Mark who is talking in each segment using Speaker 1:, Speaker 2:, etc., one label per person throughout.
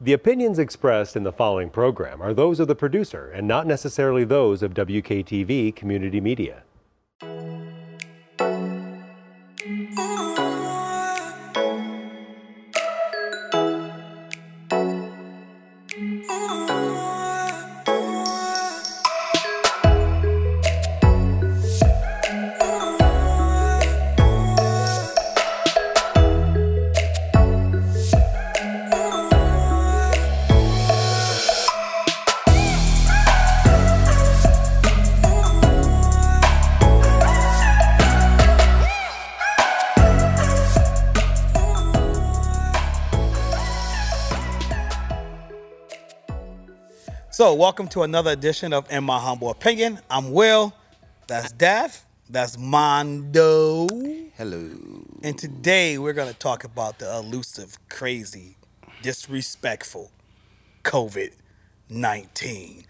Speaker 1: The opinions expressed in the following program are those of the producer and not necessarily those of WKTV Community Media.
Speaker 2: So, welcome to another edition of In My Humble Opinion. I'm Will. That's Dav. That's Mondo.
Speaker 3: Hello.
Speaker 2: And today we're going to talk about the elusive, crazy, disrespectful COVID 19.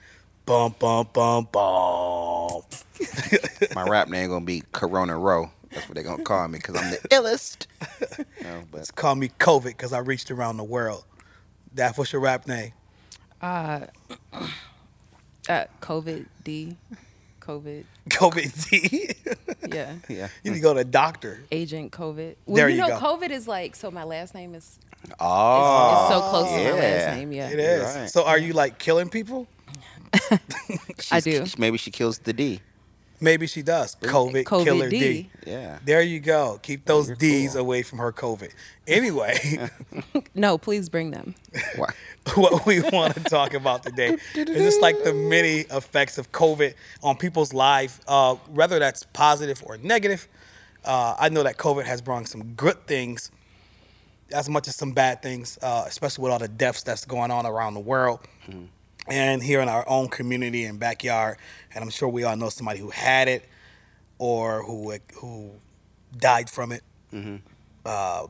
Speaker 2: Bum, bum, bum, bum.
Speaker 3: My rap name gonna be Corona Row. That's what they gonna call me because I'm the illest. No, but
Speaker 2: Call me COVID because I reached around the world. Dav, what's your rap name?
Speaker 4: Uh, COVID D, COVID.
Speaker 2: COVID D.
Speaker 4: Yeah,
Speaker 3: yeah.
Speaker 2: you need to go to the doctor.
Speaker 4: Agent COVID. Well,
Speaker 2: There
Speaker 4: you
Speaker 2: you
Speaker 4: know,
Speaker 2: go.
Speaker 4: COVID is like so. My last name is is-
Speaker 3: Oh,
Speaker 4: is so close to my
Speaker 3: yeah.
Speaker 4: last name. Yeah,
Speaker 2: It is.
Speaker 3: right.
Speaker 2: So, are you like killing people?
Speaker 4: I
Speaker 3: she's-
Speaker 4: do.
Speaker 3: she- maybe she kills the D.
Speaker 2: Maybe she does. COVID,
Speaker 4: COVID
Speaker 2: killer
Speaker 4: D.
Speaker 2: D.
Speaker 3: Yeah.
Speaker 2: There you go. Keep those
Speaker 3: You're
Speaker 2: D's
Speaker 3: cool.
Speaker 2: away from her COVID. Anyway,
Speaker 4: No, please bring them.
Speaker 3: Why?
Speaker 2: what we want to talk about today is just like the many effects of COVID on people's life, uh, whether that's positive or negative. Uh, I know that COVID has brought some good things as much as some bad things, uh, especially with all the deaths that's going on around the world and here in our own community and backyard. And I'm sure we all know somebody who had it or who who died from it. Uh,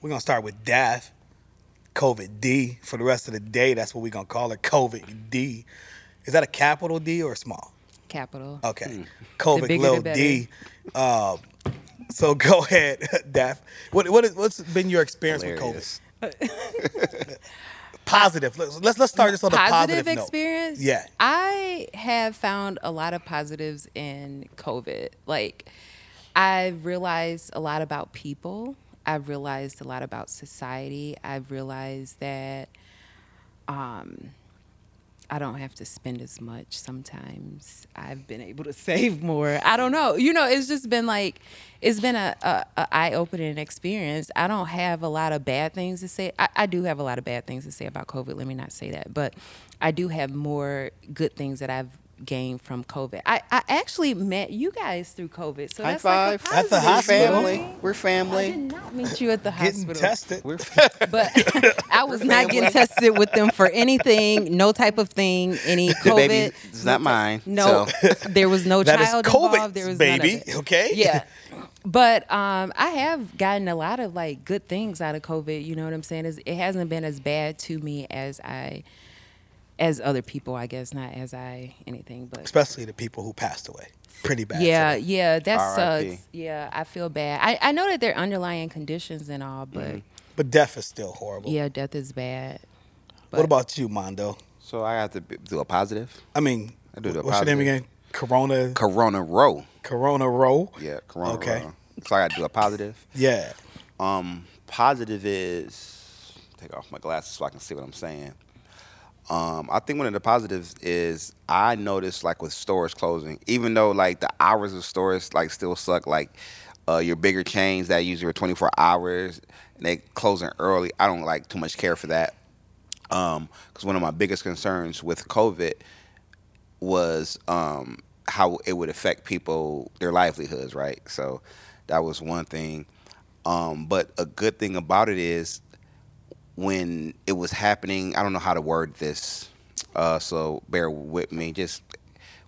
Speaker 2: we're gonna start with death, COVID D for the rest of the day. That's what we're gonna call it, COVID D. Is that a capital D or a small?
Speaker 4: Capital.
Speaker 3: Hmm.
Speaker 2: Okay, COVID
Speaker 4: bigger, the
Speaker 2: little D. Um, so go ahead, Daph. What what is, what's been your experience
Speaker 3: Hilarious.
Speaker 2: with COVID? Positive. Let's let's, let's start this on a positive,
Speaker 4: positive
Speaker 2: note.
Speaker 4: experience.
Speaker 2: Yeah.
Speaker 4: I have found a lot of positives in COVID. Like, I've realized a lot about people. I've realized a lot about society. I've realized that I don't have to spend as much sometimes. I've been able to save more. I don't know. You know, it's just been like, it's been a, a, a eye opening experience. I don't have a lot of bad things to say. I, I do have a lot of bad things to say about COVID. Let me not say that. But I do have more good things that I've gained from COVID. I, I actually met you guys through COVID. So
Speaker 3: High
Speaker 4: that's
Speaker 3: five.
Speaker 4: Like a
Speaker 2: At the
Speaker 4: positive,
Speaker 2: hospital.
Speaker 3: family.
Speaker 4: right?
Speaker 3: We're
Speaker 4: I did
Speaker 3: family.
Speaker 4: not meet you at the
Speaker 2: Getting
Speaker 4: hospital
Speaker 2: tested.
Speaker 3: We're
Speaker 4: but I was not getting tested with them for anything, no type of thing, any COVID.
Speaker 3: baby is not mine,
Speaker 4: No, there was no
Speaker 2: That is
Speaker 4: child
Speaker 2: COVID,
Speaker 4: involved. There was
Speaker 2: baby,
Speaker 4: None of it.
Speaker 2: okay?
Speaker 4: Yeah. But um, I have gotten a lot of like good things out of COVID. You know what I'm saying? It's, it hasn't been as bad to me as I, as other people, I guess, not as I anything. But
Speaker 2: especially the people who passed away. Pretty bad.
Speaker 4: yeah, yeah, that
Speaker 3: R.I.P..
Speaker 4: sucks. Yeah, I feel bad. I, I know that there are underlying conditions and all, but
Speaker 2: But death is still horrible.
Speaker 4: yeah, death is bad.
Speaker 2: What about you, Mondo?
Speaker 3: So I have to b- do a positive.
Speaker 2: I mean,
Speaker 3: I do the
Speaker 2: what's your name
Speaker 3: positive.
Speaker 2: again? Corona.
Speaker 3: Corona Row.
Speaker 2: Corona roll.
Speaker 3: Yeah, Corona
Speaker 2: Okay.
Speaker 3: Row. So I got to do a positive.
Speaker 2: Yeah.
Speaker 3: Um, positive is take off my glasses so I can see what I'm saying. Um, I think one of the positives is I noticed like with stores closing, even though like the hours of stores like still suck, like uh, your bigger chains that usually are 24 hours and they closing early. I don't like too much care for that. Um, 'cause because one of my biggest concerns with COVID was um, how it would affect people their livelihoods, right? So that was one thing. Um, but a good thing about it is when it was happening, I don't know how to word this, uh, so bear with me. Just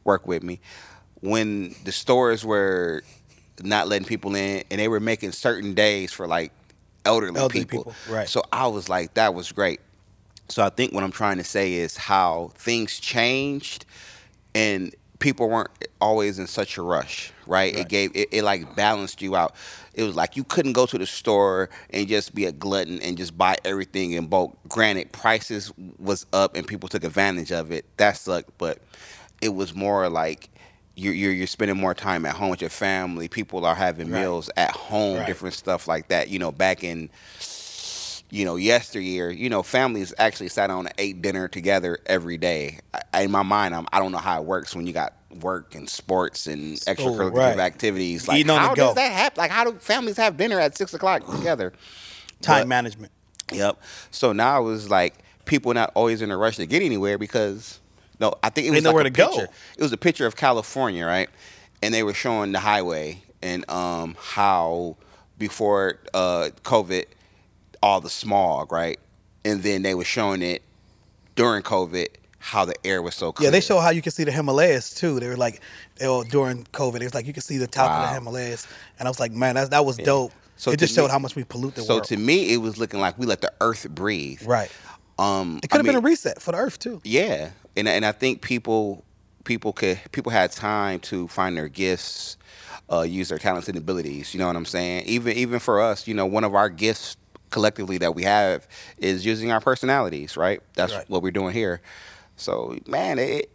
Speaker 3: work with me. When the stores were not letting people in, and they were making certain days for like elderly,
Speaker 2: Elderly people, right.
Speaker 3: So I was like, that was great. So I think what I'm trying to say is how things changed and people weren't always in such a rush, right? It gave it, it like balanced you out. It was like you couldn't go to the store and just be a glutton and just buy everything in bulk. Granted, prices was up and people took advantage of it. That sucked, but it was more like you're you're, you're spending more time at home with your family. People are having meals at home,
Speaker 2: Right.
Speaker 3: different stuff like that. You know, back in you know, yesteryear, you know, families actually sat down and ate dinner together every day. I, in my mind, I'm, I don't know how it works when you got work and sports and extracurricular
Speaker 2: right.
Speaker 3: activities. Like,
Speaker 2: Eating on the
Speaker 3: how
Speaker 2: go.
Speaker 3: does that happen? Like, how do families have dinner at six o'clock together?
Speaker 2: Time
Speaker 3: But-
Speaker 2: management.
Speaker 3: Yep. So now it was like people not always in a rush to get anywhere because no, I think it was
Speaker 2: know
Speaker 3: like
Speaker 2: where to
Speaker 3: a
Speaker 2: go.
Speaker 3: picture. It was a picture of California, right? And they were showing the highway and um, how before uh, COVID, all the smog, right? And then they were showing it during COVID how the air was so clear.
Speaker 2: Yeah, they show how you can see the Himalayas too. They were like, they were, during COVID, it was like you could see the top of
Speaker 3: Wow.
Speaker 2: the Himalayas, and I was like, man, that that was dope.
Speaker 3: So
Speaker 2: it
Speaker 3: to
Speaker 2: just showed
Speaker 3: me-
Speaker 2: how much we pollute the
Speaker 3: So
Speaker 2: world.
Speaker 3: to me, it was looking like we let the earth breathe.
Speaker 2: right.
Speaker 3: Um,
Speaker 2: It could
Speaker 3: I
Speaker 2: have been a
Speaker 3: mean-
Speaker 2: reset for the Earth too.
Speaker 3: Yeah, and and I think people people could people had time to find their gifts, uh, use their talents and abilities. You know what I'm saying? Even even for us, you know, one of our gifts collectively that we have is using our personalities. Right? That's
Speaker 2: Right.
Speaker 3: what we're doing here. So man, it.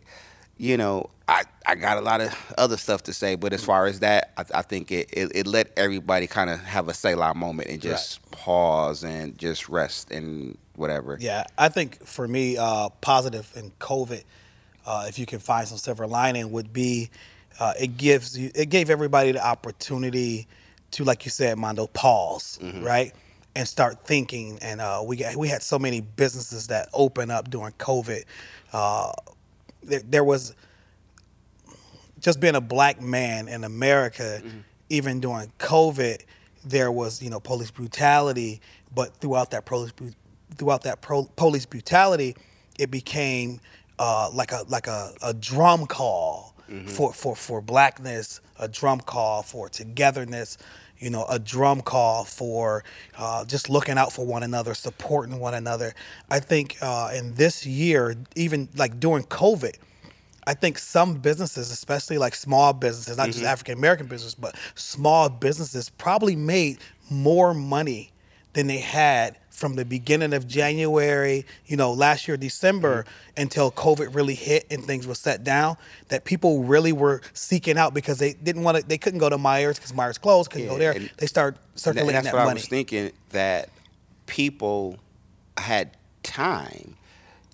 Speaker 3: You know, I, I got a lot of other stuff to say, but as far as that, I, I think it, it, it let everybody kind of have a Selah moment and just pause and just rest and whatever.
Speaker 2: Yeah, I think for me, uh, positive in COVID, uh, if you can find some silver lining, would be uh, it gives you it gave everybody the opportunity to, like you said, Mondo, pause, right, and start thinking. And uh, we got, we had so many businesses that opened up during COVID. Uh, there, there was just being a black man in America, even during COVID, there was you know police brutality. But throughout that police bru- throughout that pro, police brutality, it became uh, like a like a, a drum call for, for for blackness, a drum call for togetherness, you know, a drum call for uh, just looking out for one another, supporting one another. I think uh, in this year, even like during COVID, I think some businesses, especially like small businesses, not
Speaker 3: Mm-hmm.
Speaker 2: just African American business, but small businesses probably made more money than they had from the beginning of January, you know, last year December
Speaker 3: Mm-hmm.
Speaker 2: until COVID really hit and things were set down that people really were seeking out because they didn't want to they couldn't go to Myers because Myers closed, couldn't go
Speaker 3: Yeah,
Speaker 2: there.
Speaker 3: and-
Speaker 2: They started
Speaker 3: And
Speaker 2: circulating
Speaker 3: that's
Speaker 2: that
Speaker 3: what I
Speaker 2: money.
Speaker 3: was thinking that people had time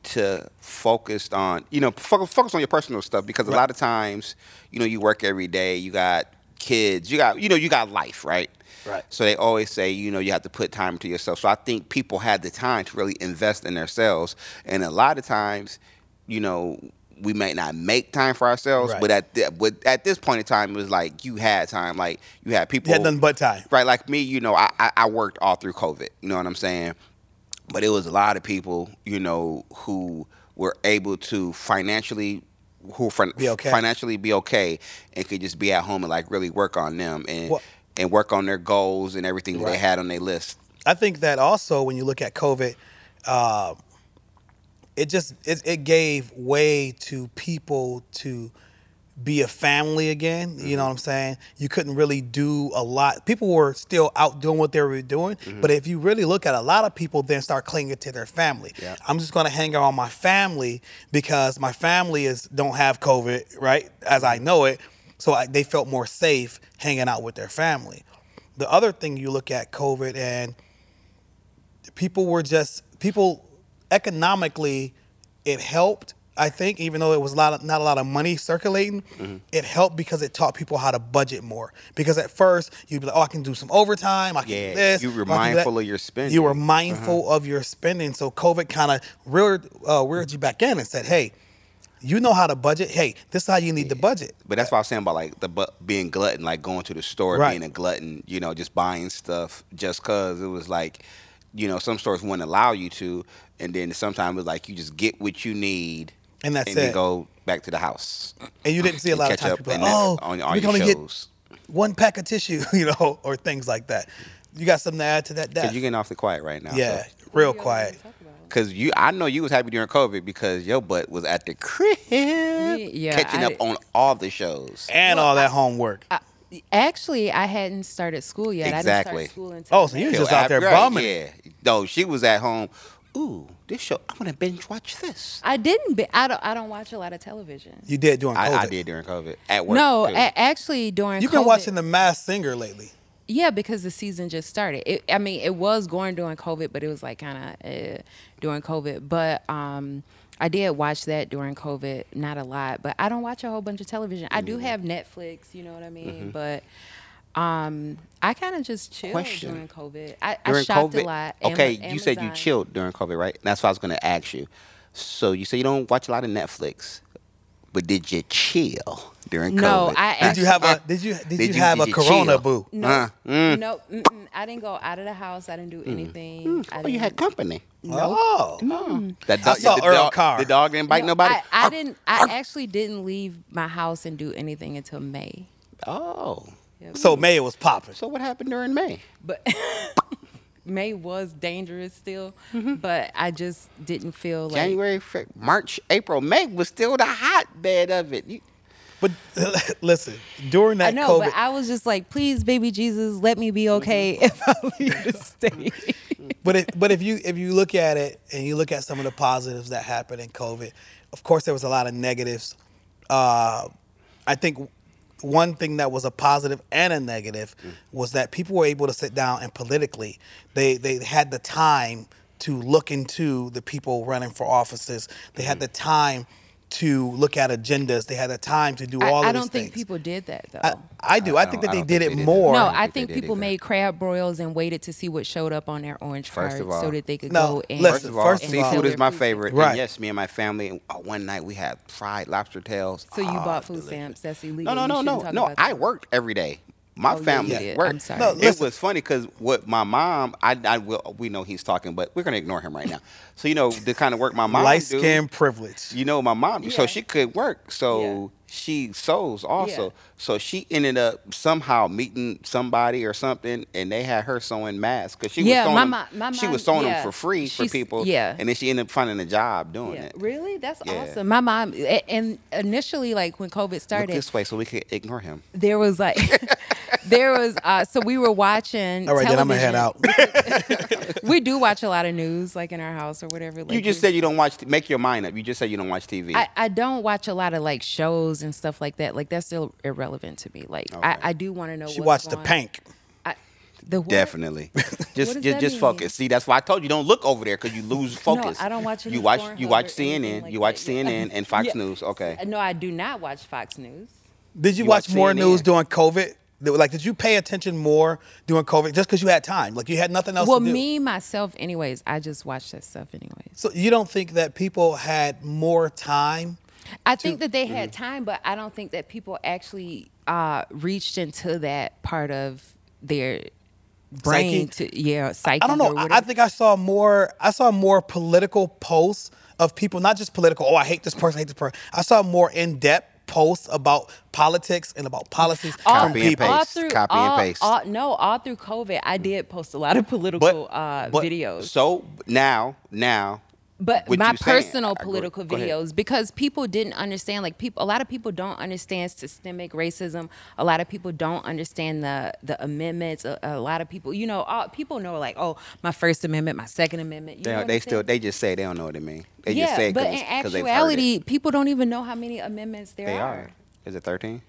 Speaker 3: to focus on you know focus, focus on your personal stuff because a lot of times you know you work every day you got kids you got you know you got life right
Speaker 2: Right.
Speaker 3: so they always say you know you have to put time to yourself so i think people had the time to really invest in themselves and a lot of times you know we may not make time for ourselves
Speaker 2: Right.
Speaker 3: but at the, but at this point in time it was like you had time like you had people
Speaker 2: You had nothing but time.
Speaker 3: Right, like me, you know, I, I, I worked all through COVID. You know what I'm saying? But it was a lot of people, you know, who were able to financially, who fin-
Speaker 2: Be okay.
Speaker 3: financially be okay, and could just be at home and like really work on them and
Speaker 2: Well-
Speaker 3: and work on their goals and everything that they
Speaker 2: Right.
Speaker 3: had on their list.
Speaker 2: I think that also when you look at COVID, uh, it just it, it gave way to people to be a family again. You know what I'm saying? You couldn't really do a lot. People were still out doing what they were doing, but if you really look at a lot of people, then start clinging to their family.
Speaker 3: Yeah.
Speaker 2: I'm just going to hang around my family because my family is don't have COVID, right? As I know it, so I, they felt more safe hanging out with their family. The other thing you look at COVID and people were just people economically it helped i think even though it was a lot of, not a lot of money circulating
Speaker 3: Mm-hmm.
Speaker 2: it helped because it taught people how to budget more because at first you'd be like oh i can do some overtime i can
Speaker 3: Yeah,
Speaker 2: do this
Speaker 3: you were
Speaker 2: or I can do
Speaker 3: mindful
Speaker 2: that."
Speaker 3: of your spending. Uh-huh.
Speaker 2: you were mindful of your spending so covid kind of reared uh, reared you back in and said hey you know how to budget hey this is how you need to budget
Speaker 3: But that's what I was saying about like the bu- being glutton, like going to the store,
Speaker 2: Right.
Speaker 3: being a glutton, you know, just buying stuff just cause it was like, you know, some stores wouldn't allow you to, and then sometimes it's like you just get what you need
Speaker 2: And that's
Speaker 3: then
Speaker 2: it.
Speaker 3: go back to the house.
Speaker 2: and you didn't see a
Speaker 3: And
Speaker 2: lot of
Speaker 3: catch
Speaker 2: times
Speaker 3: up
Speaker 2: people like,
Speaker 3: and that-
Speaker 2: oh,
Speaker 3: on all
Speaker 2: we
Speaker 3: your
Speaker 2: can only
Speaker 3: shows.
Speaker 2: get one pack of tissue, you know, or things like that. You got something to add to that?
Speaker 3: Cause
Speaker 2: Daph?
Speaker 3: you're getting awfully quiet right now. so-
Speaker 2: yeah, real
Speaker 4: What do y'all wanna
Speaker 2: quiet.
Speaker 4: talk about?
Speaker 3: Cause you, I know you was happy during COVID because your butt was at the crib
Speaker 4: yeah,
Speaker 3: catching
Speaker 4: I
Speaker 3: up
Speaker 4: did-
Speaker 3: on all the shows.
Speaker 2: and all that homework.
Speaker 4: Actually, I hadn't started school yet. I
Speaker 3: Exactly.
Speaker 4: didn't start school until
Speaker 2: oh, so you was
Speaker 3: Till
Speaker 2: just out
Speaker 3: after-
Speaker 2: there
Speaker 3: right,
Speaker 2: bumming.
Speaker 3: Yeah, no, she was at home. Ooh, this show. I'm gonna binge watch this.
Speaker 4: I didn't. Be, I don't. I don't watch a lot of television.
Speaker 2: You did during COVID.
Speaker 3: I, I did during COVID at work.
Speaker 4: No,
Speaker 3: too.
Speaker 4: a- actually, during
Speaker 2: You've been
Speaker 4: COVID-
Speaker 2: watching The Masked Singer lately.
Speaker 4: Yeah, because the season just started. It, I mean, it was going during COVID, but it was like kind of eh, during COVID. But um, I did watch that during COVID, not a lot, but I don't watch a whole bunch of television. I
Speaker 3: Mm-hmm.
Speaker 4: do have Netflix, you know what I mean? But um, I kind of just chilled
Speaker 3: Question.
Speaker 4: during COVID. I, I
Speaker 3: during
Speaker 4: shopped
Speaker 3: COVID.
Speaker 4: a lot. Ama-
Speaker 3: Okay, you said you
Speaker 4: Amazon.
Speaker 3: chilled during COVID, right? That's what I was gonna ask you. So you say you don't watch a lot of Netflix, but did you chill during
Speaker 4: No,
Speaker 3: COVID?
Speaker 4: I
Speaker 2: Did you have a did you did, you, have
Speaker 3: did
Speaker 2: a
Speaker 3: you
Speaker 2: corona
Speaker 3: chill?
Speaker 2: boo?
Speaker 4: No,
Speaker 3: Huh?
Speaker 4: no, mm-mm, I didn't go out of the house. I didn't do anything. I
Speaker 3: Oh, you
Speaker 4: didn't-
Speaker 3: had company.
Speaker 2: Oh.
Speaker 3: That
Speaker 2: I saw
Speaker 3: the
Speaker 2: Earl
Speaker 3: dog,
Speaker 2: Carr.
Speaker 3: The dog didn't bite
Speaker 4: No,
Speaker 3: nobody.
Speaker 4: I, I didn't. I actually didn't leave my house and do anything until May.
Speaker 3: Oh,
Speaker 2: So May it was popping.
Speaker 3: so what happened during May?
Speaker 4: but May was dangerous still, but I just didn't feel like
Speaker 3: January, Fe- March, April, May was still the hotbed of it. You,
Speaker 2: But listen, during
Speaker 4: I
Speaker 2: that
Speaker 4: know,
Speaker 2: COVID
Speaker 4: but I was just like, please, baby Jesus, let me be okay if I leave the state.
Speaker 2: But if but if you if you look at it and you look at some of the positives that happened in COVID, of course there was a lot of negatives. Uh, I think one thing that was a positive and a negative was that people were able to sit down and politically they they had the time to look into the people running for offices. They
Speaker 3: Mm-hmm.
Speaker 2: had the time to look at agendas. They had the time to do
Speaker 4: I,
Speaker 2: all of
Speaker 4: I
Speaker 2: these
Speaker 4: don't think
Speaker 2: things.
Speaker 4: people did that though.
Speaker 2: I, I do. I,
Speaker 3: I
Speaker 2: think
Speaker 3: don't-
Speaker 2: that
Speaker 3: I
Speaker 2: they
Speaker 3: don't
Speaker 2: did
Speaker 3: think
Speaker 2: it
Speaker 3: they did.
Speaker 2: more.
Speaker 4: no,
Speaker 3: I don't
Speaker 4: I
Speaker 3: think they
Speaker 4: think
Speaker 3: did
Speaker 4: people
Speaker 3: either.
Speaker 4: made crab broils and waited to see what showed up on their orange
Speaker 3: First
Speaker 4: cards
Speaker 3: of all-
Speaker 4: so that they could
Speaker 2: No,
Speaker 4: go and
Speaker 2: listen,
Speaker 3: First of all,
Speaker 2: first
Speaker 4: and
Speaker 2: of
Speaker 3: seafood
Speaker 4: sell
Speaker 2: all-
Speaker 3: is
Speaker 4: their
Speaker 3: my
Speaker 4: food
Speaker 3: favorite.
Speaker 4: stamps.
Speaker 2: Right.
Speaker 3: And yes, me and my family, uh, one night we had fried lobster tails.
Speaker 4: So you
Speaker 3: Ah,
Speaker 4: bought food
Speaker 3: delicious.
Speaker 4: stamps? That's
Speaker 3: No,
Speaker 4: illegal.
Speaker 3: no,
Speaker 4: You
Speaker 3: no,
Speaker 4: shouldn't
Speaker 3: no,
Speaker 4: talk
Speaker 3: no.
Speaker 4: about
Speaker 3: I
Speaker 4: that.
Speaker 3: worked every day. My
Speaker 4: Oh, yeah, you
Speaker 3: family
Speaker 4: did. I'm
Speaker 3: worked.
Speaker 4: sorry. No,
Speaker 3: it
Speaker 2: listen.
Speaker 3: was funny because what my mom, I, I will, we know he's talking, but we're gonna ignore him right now. So you know the kind of work my mom
Speaker 2: Light
Speaker 3: do,
Speaker 2: skin privilege.
Speaker 3: You know my mom,
Speaker 4: Yeah.
Speaker 3: so she could work. So
Speaker 4: Yeah.
Speaker 3: she sews also.
Speaker 4: Yeah.
Speaker 3: So she ended up somehow meeting somebody or something, and they had her sewing masks because she was
Speaker 4: Yeah,
Speaker 3: sewing
Speaker 4: my
Speaker 3: them,
Speaker 4: mo- my
Speaker 3: she
Speaker 4: mom-
Speaker 3: was sewing
Speaker 4: yeah.
Speaker 3: them for free for
Speaker 4: She's-
Speaker 3: people.
Speaker 4: yeah.
Speaker 3: and then she ended up finding a job doing
Speaker 4: Yeah.
Speaker 3: it.
Speaker 4: Really? That's
Speaker 3: Yeah.
Speaker 4: awesome. My mom, a- and initially, like when COVID
Speaker 3: Look
Speaker 4: started,
Speaker 3: this way so we could ignore him.
Speaker 4: there was like there was uh so we were watching
Speaker 2: all right, then I'm gonna head
Speaker 4: television.
Speaker 2: out.
Speaker 4: we do watch a lot of news like in our house or whatever like
Speaker 3: You just
Speaker 4: we-
Speaker 3: said you don't watch. Make your mind up. You just said you don't watch TV.
Speaker 4: I, I don't watch a lot of like shows and stuff like that. Like that's still irrelevant to me. Like
Speaker 3: Okay.
Speaker 4: I, I do want to know.
Speaker 2: She
Speaker 4: what's
Speaker 2: watched the
Speaker 4: going-
Speaker 2: pank.
Speaker 4: I, the what?
Speaker 3: Definitely.
Speaker 4: does
Speaker 3: just just
Speaker 4: that
Speaker 3: just
Speaker 4: mean?
Speaker 3: focus. See, that's why I told you don't look over there because you lose focus.
Speaker 4: I don't watch
Speaker 3: You
Speaker 4: any
Speaker 3: watch
Speaker 4: Pornhub
Speaker 3: you
Speaker 4: or
Speaker 3: watch
Speaker 4: anything
Speaker 3: CNN.
Speaker 4: like
Speaker 3: you watch
Speaker 4: that. Yeah.
Speaker 3: CNN and Fox
Speaker 4: Yeah.
Speaker 3: News. Okay.
Speaker 4: No, I do not watch Fox News.
Speaker 2: Did you,
Speaker 3: You
Speaker 2: watch
Speaker 3: watch
Speaker 2: more
Speaker 3: CNN?
Speaker 2: news during COVID? Like, did you pay attention more during COVID just because you had time? Like, you had nothing else
Speaker 4: Well,
Speaker 2: to do.
Speaker 4: me myself, anyways, I just watch that stuff anyways.
Speaker 2: So you don't think that people had more time?
Speaker 4: I think that they had time, but I don't think that people actually uh, reached into that part of their brain
Speaker 2: Psyche?
Speaker 4: to yeah psyche.
Speaker 2: I don't know.
Speaker 4: Or
Speaker 2: I-
Speaker 4: whatever.
Speaker 2: I think I saw more. I saw more political posts of people, not just political. Oh, I hate this person. I hate this person. I saw more in depth posts about politics and about policies
Speaker 4: all,
Speaker 2: from
Speaker 3: Copy and
Speaker 2: people.
Speaker 4: all
Speaker 3: paste.
Speaker 4: through,
Speaker 3: Copy and
Speaker 4: all,
Speaker 3: paste.
Speaker 4: all- no, all through COVID, I did post a lot of political uh,
Speaker 3: but-
Speaker 4: videos.
Speaker 3: So now now.
Speaker 4: But
Speaker 3: what
Speaker 4: my
Speaker 3: you saying, I
Speaker 4: personal
Speaker 3: agree.
Speaker 4: political
Speaker 3: Go ahead.
Speaker 4: videos, because people didn't understand, like people, a lot of people don't understand systemic racism. A lot of people don't understand the the amendments. A, a lot of people, you know, all, people know like, oh, my First Amendment, my Second Amendment. You know
Speaker 3: They,
Speaker 4: what
Speaker 3: they
Speaker 4: I'm
Speaker 3: still
Speaker 4: saying?
Speaker 3: they just say they don't know what it means. They
Speaker 4: yeah,
Speaker 3: just say it
Speaker 4: but
Speaker 3: 'cause-
Speaker 4: in
Speaker 3: 'cause they've heard it.
Speaker 4: actuality, people don't even know how many amendments there
Speaker 3: they
Speaker 4: are.
Speaker 3: are. Is it thirteen?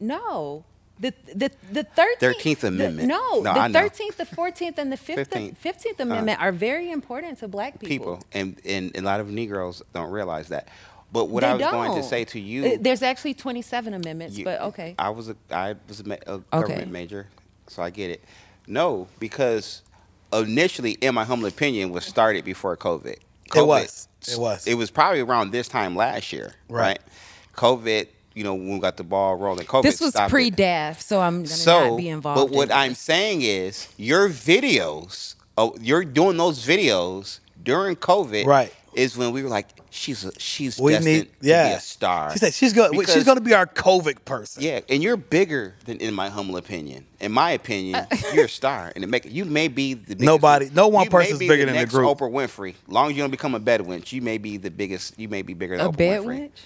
Speaker 4: No. The the the thirteenth
Speaker 3: 13th Amendment.
Speaker 4: no,
Speaker 3: No, I
Speaker 4: the
Speaker 3: know.
Speaker 4: thirteenth, the fourteenth, and the fifth
Speaker 3: 15th.
Speaker 4: fifteenth amendment are very important to black people.
Speaker 3: People and, and a lot of Negroes don't realize that. But what
Speaker 4: They
Speaker 3: I was going to
Speaker 4: don't.
Speaker 3: say to you,
Speaker 4: Uh, There's actually twenty seven amendments,
Speaker 3: You-
Speaker 4: but okay.
Speaker 3: I was a I was a, ma- a government major, so I get it. No, because initially, in my humble opinion, was started before COVID. COVID
Speaker 2: was. It was.
Speaker 3: It was probably around this time last year,
Speaker 2: Right.
Speaker 3: right? COVID. You know, when we got the ball rolling, COVID.
Speaker 4: this was
Speaker 3: stopped it.
Speaker 4: pre DAF, so I'm gonna
Speaker 3: So,
Speaker 4: not be involved.
Speaker 3: but what
Speaker 4: in
Speaker 3: I'm
Speaker 4: this.
Speaker 3: saying is, your videos, oh, you're doing those videos during COVID,
Speaker 2: Right.
Speaker 3: is when we were like, she's a, she's
Speaker 2: We
Speaker 3: destined
Speaker 2: need yeah
Speaker 3: to be a star.
Speaker 2: She said she's going to she's
Speaker 3: Because-
Speaker 2: going to be our COVID person.
Speaker 3: Yeah, and you're bigger than, in my humble opinion. In my opinion,
Speaker 4: Uh,
Speaker 3: you're a star, and it make you may be the biggest,
Speaker 2: Nobody- no one
Speaker 3: you may
Speaker 2: person's
Speaker 3: be
Speaker 2: bigger than the
Speaker 3: next
Speaker 2: group.
Speaker 3: Oprah Winfrey, long as you don't become a bed wench, you may be the biggest. You may be bigger than
Speaker 4: a
Speaker 3: Oprah
Speaker 4: bed
Speaker 3: Winfrey.
Speaker 4: witch.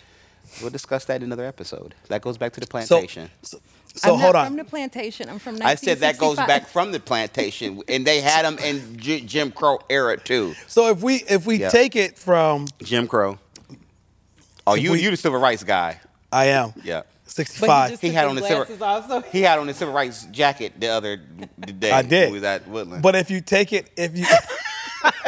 Speaker 3: We'll discuss that in another episode. That goes back to the
Speaker 2: So
Speaker 3: plantation.
Speaker 2: so, so
Speaker 4: I'm
Speaker 2: hold
Speaker 4: not
Speaker 2: on.
Speaker 4: From the plantation, I'm from.
Speaker 3: I said that goes
Speaker 4: 1965.
Speaker 3: back from the plantation, and they had them in G- Jim Crow era too.
Speaker 2: so if we if we
Speaker 3: Yeah.
Speaker 2: take it from
Speaker 3: Jim Crow. Oh, you
Speaker 2: we-
Speaker 3: you the civil rights guy?
Speaker 2: I am
Speaker 3: Yeah.
Speaker 2: 65.
Speaker 4: But you just
Speaker 3: He
Speaker 4: took
Speaker 3: had
Speaker 4: his
Speaker 3: on the silver-
Speaker 4: glasses off, so-
Speaker 3: He had on the civil rights jacket the other d- day.
Speaker 2: I did.
Speaker 3: We was at Woodland.
Speaker 2: But if you take it, if you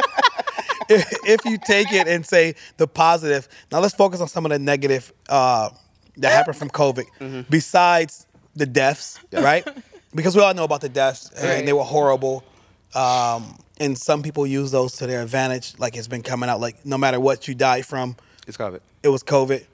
Speaker 2: if, if you take it and say the positive, now let's focus on some of the negative uh, that happened from COVID.
Speaker 3: Mm-hmm.
Speaker 2: Besides the deaths, right? Because we all know about the deaths,
Speaker 4: Right.
Speaker 2: and they were horrible. Um, and some people use those to their advantage. Like it's been coming out, like no matter what you die from,
Speaker 3: it's COVID.
Speaker 2: it was COVID.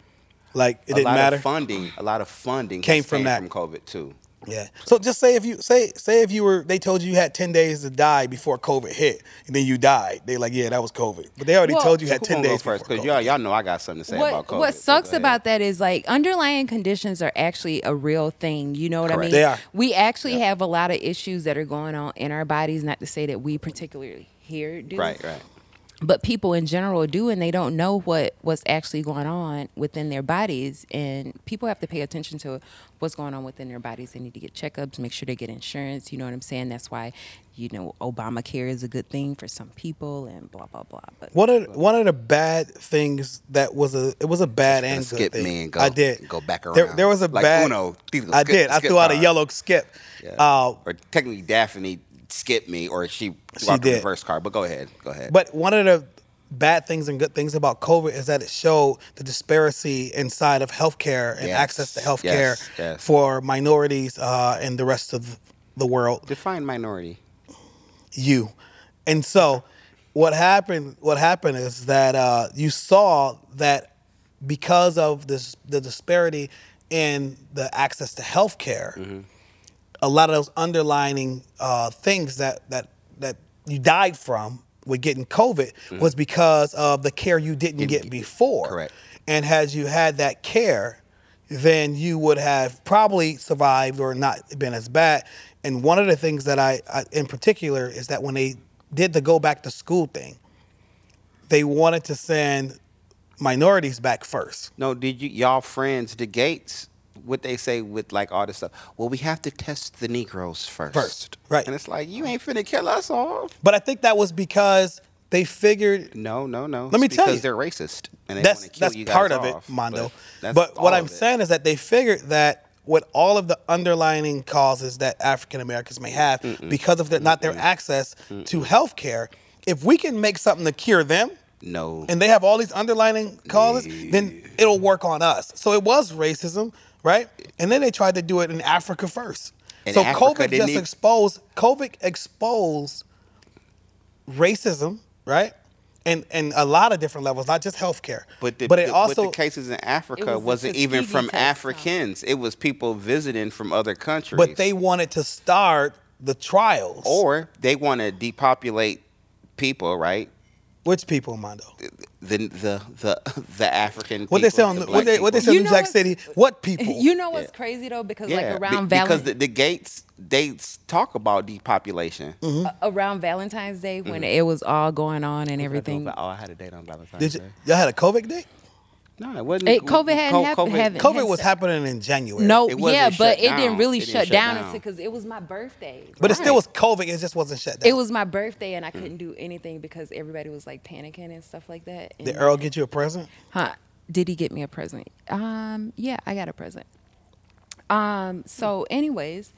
Speaker 2: Like it
Speaker 3: a
Speaker 2: didn't
Speaker 3: lot
Speaker 2: matter.
Speaker 3: of funding. A lot of funding
Speaker 2: Came
Speaker 3: has
Speaker 2: from that.
Speaker 3: From COVID too.
Speaker 2: Yeah. So just say if you say say if you were they told you you had ten days to die before COVID hit, and then you died. They like, yeah, that was COVID, but they already
Speaker 4: Well-
Speaker 2: told you
Speaker 4: So
Speaker 2: had
Speaker 3: Who
Speaker 2: ten
Speaker 3: gonna go
Speaker 2: days
Speaker 3: first?
Speaker 2: before
Speaker 3: Because
Speaker 2: COVID.
Speaker 3: y'all y'all know I got something to say about
Speaker 4: What,
Speaker 3: COVID.
Speaker 4: what
Speaker 3: so
Speaker 4: sucks
Speaker 3: go ahead.
Speaker 4: about that is like underlying conditions are actually a real thing. You know what I
Speaker 3: Correct.
Speaker 4: mean?
Speaker 2: They are.
Speaker 4: We actually have a lot of issues that are going on in our bodies, not to say that we particularly here do.
Speaker 3: Right, right.
Speaker 4: But people in general do, and they don't know what, what's actually going on within their bodies. And people have to pay attention to what's going on within their bodies. They need to get checkups, make sure they get insurance. You know what I'm saying? That's why, you know, Obamacare is a good thing for some people and blah, blah, blah. But
Speaker 2: One of one of the bad things that was a it was a bad and good
Speaker 3: skip
Speaker 2: thing.
Speaker 3: me and go-
Speaker 2: I did
Speaker 3: go back
Speaker 2: There,
Speaker 3: around.
Speaker 2: there was a
Speaker 3: Like
Speaker 2: bad.
Speaker 3: Uno, these go
Speaker 2: I
Speaker 3: skip-
Speaker 2: did. I
Speaker 3: skip
Speaker 2: threw out a
Speaker 3: card.
Speaker 2: yellow skip.
Speaker 3: Yeah.
Speaker 2: Uh,
Speaker 3: or technically Daphne skipped me, or she,
Speaker 2: She
Speaker 3: walked the
Speaker 2: did.
Speaker 3: reverse card. But go ahead, go ahead.
Speaker 2: But one of the bad things and good things about COVID is that it showed the disparity inside of healthcare and
Speaker 3: Yes,
Speaker 2: access to healthcare
Speaker 3: yes, yes.
Speaker 2: for minorities uh, and the rest of the world.
Speaker 3: define minority.
Speaker 2: you. And so what happened what happened is that uh, you saw that because of this the disparity in the access to health care, a lot of those underlining uh, things that that that you died from with getting COVID was because of the care you Mm-hmm. didn't, get before.
Speaker 3: Correct.
Speaker 2: And had you had that care, then you would have probably survived or not been as bad. And one of the things that I, I in particular, is that when they did the go back to school thing, they wanted to send minorities back first.
Speaker 3: No, did you y'all friends the Gates? What they say with like all this stuff? Well, we have to test the Negroes first.
Speaker 2: First, right.
Speaker 3: And it's like you ain't finna kill us all.
Speaker 2: But I think that was because they figured
Speaker 3: No, no, no.
Speaker 2: Let me
Speaker 3: It's
Speaker 2: tell
Speaker 3: because
Speaker 2: you.
Speaker 3: they're racist and they
Speaker 2: that's
Speaker 3: want to kill
Speaker 2: that's
Speaker 3: you guys
Speaker 2: part of
Speaker 3: off,
Speaker 2: it, Mondo. But,
Speaker 3: that's
Speaker 2: what
Speaker 3: all
Speaker 2: I'm
Speaker 3: of it.
Speaker 2: saying is that they figured that with all of the underlining causes that African Americans may have because of their, not their access to health care, if we can make something to cure them
Speaker 3: no.
Speaker 2: and they have all these underlining causes, then it'll work on us. So it was racism, right? And then they tried to do it in Africa first.
Speaker 3: And
Speaker 2: so
Speaker 3: Africa
Speaker 2: COVID
Speaker 3: didn't
Speaker 2: just
Speaker 3: even-
Speaker 2: exposed COVID exposed racism, right? And and a lot of different levels, not just healthcare.
Speaker 3: But the,
Speaker 2: it
Speaker 3: the-
Speaker 2: also
Speaker 3: the cases in Africa
Speaker 4: was the
Speaker 3: was not even
Speaker 4: Tuskegee
Speaker 3: from
Speaker 4: test, huh?
Speaker 3: Africans. It was people visiting from other countries.
Speaker 2: but they wanted to start the trials.
Speaker 3: or they want to depopulate people, right?
Speaker 2: which people, Mondo?
Speaker 3: The the the, the African.
Speaker 2: What they
Speaker 3: people,
Speaker 2: say on
Speaker 3: the
Speaker 2: what
Speaker 3: black
Speaker 2: they what they say
Speaker 3: people.
Speaker 4: You
Speaker 2: in New
Speaker 4: know
Speaker 2: Jack
Speaker 4: what's-
Speaker 2: City? What people?
Speaker 4: you know what's
Speaker 3: Yeah.
Speaker 4: crazy though, because
Speaker 3: be-
Speaker 4: like around Valentine's
Speaker 3: because the, the Gates they s- talk about depopulation.
Speaker 2: Mm-hmm.
Speaker 4: uh, around Valentine's Day when it was all going on and everything.
Speaker 3: Oh, Hmm? Mm-hmm. I had a date on Valentine's
Speaker 2: Did you,
Speaker 3: Day.
Speaker 2: y'all had a COVID day?
Speaker 3: No, it wasn't.
Speaker 4: It- COVID hadn't
Speaker 3: Co-
Speaker 4: happened- haven't-
Speaker 2: COVID
Speaker 4: had
Speaker 2: was
Speaker 4: some-
Speaker 2: happening in January.
Speaker 4: No,
Speaker 3: It wasn't
Speaker 4: yeah,
Speaker 3: shut
Speaker 4: but it
Speaker 3: down.
Speaker 4: didn't really
Speaker 3: It didn't
Speaker 4: shut
Speaker 3: shut
Speaker 4: down
Speaker 3: down.
Speaker 4: until because it was my birthday.
Speaker 2: But it still was
Speaker 3: Right.
Speaker 2: COVID. It just wasn't shut down.
Speaker 4: It was my birthday and I couldn't do anything because everybody was like panicking and stuff like that. And
Speaker 2: Did Earl get you a present?
Speaker 4: Huh? Did he get me a present? Um, yeah, I got a present. Um, so anyways,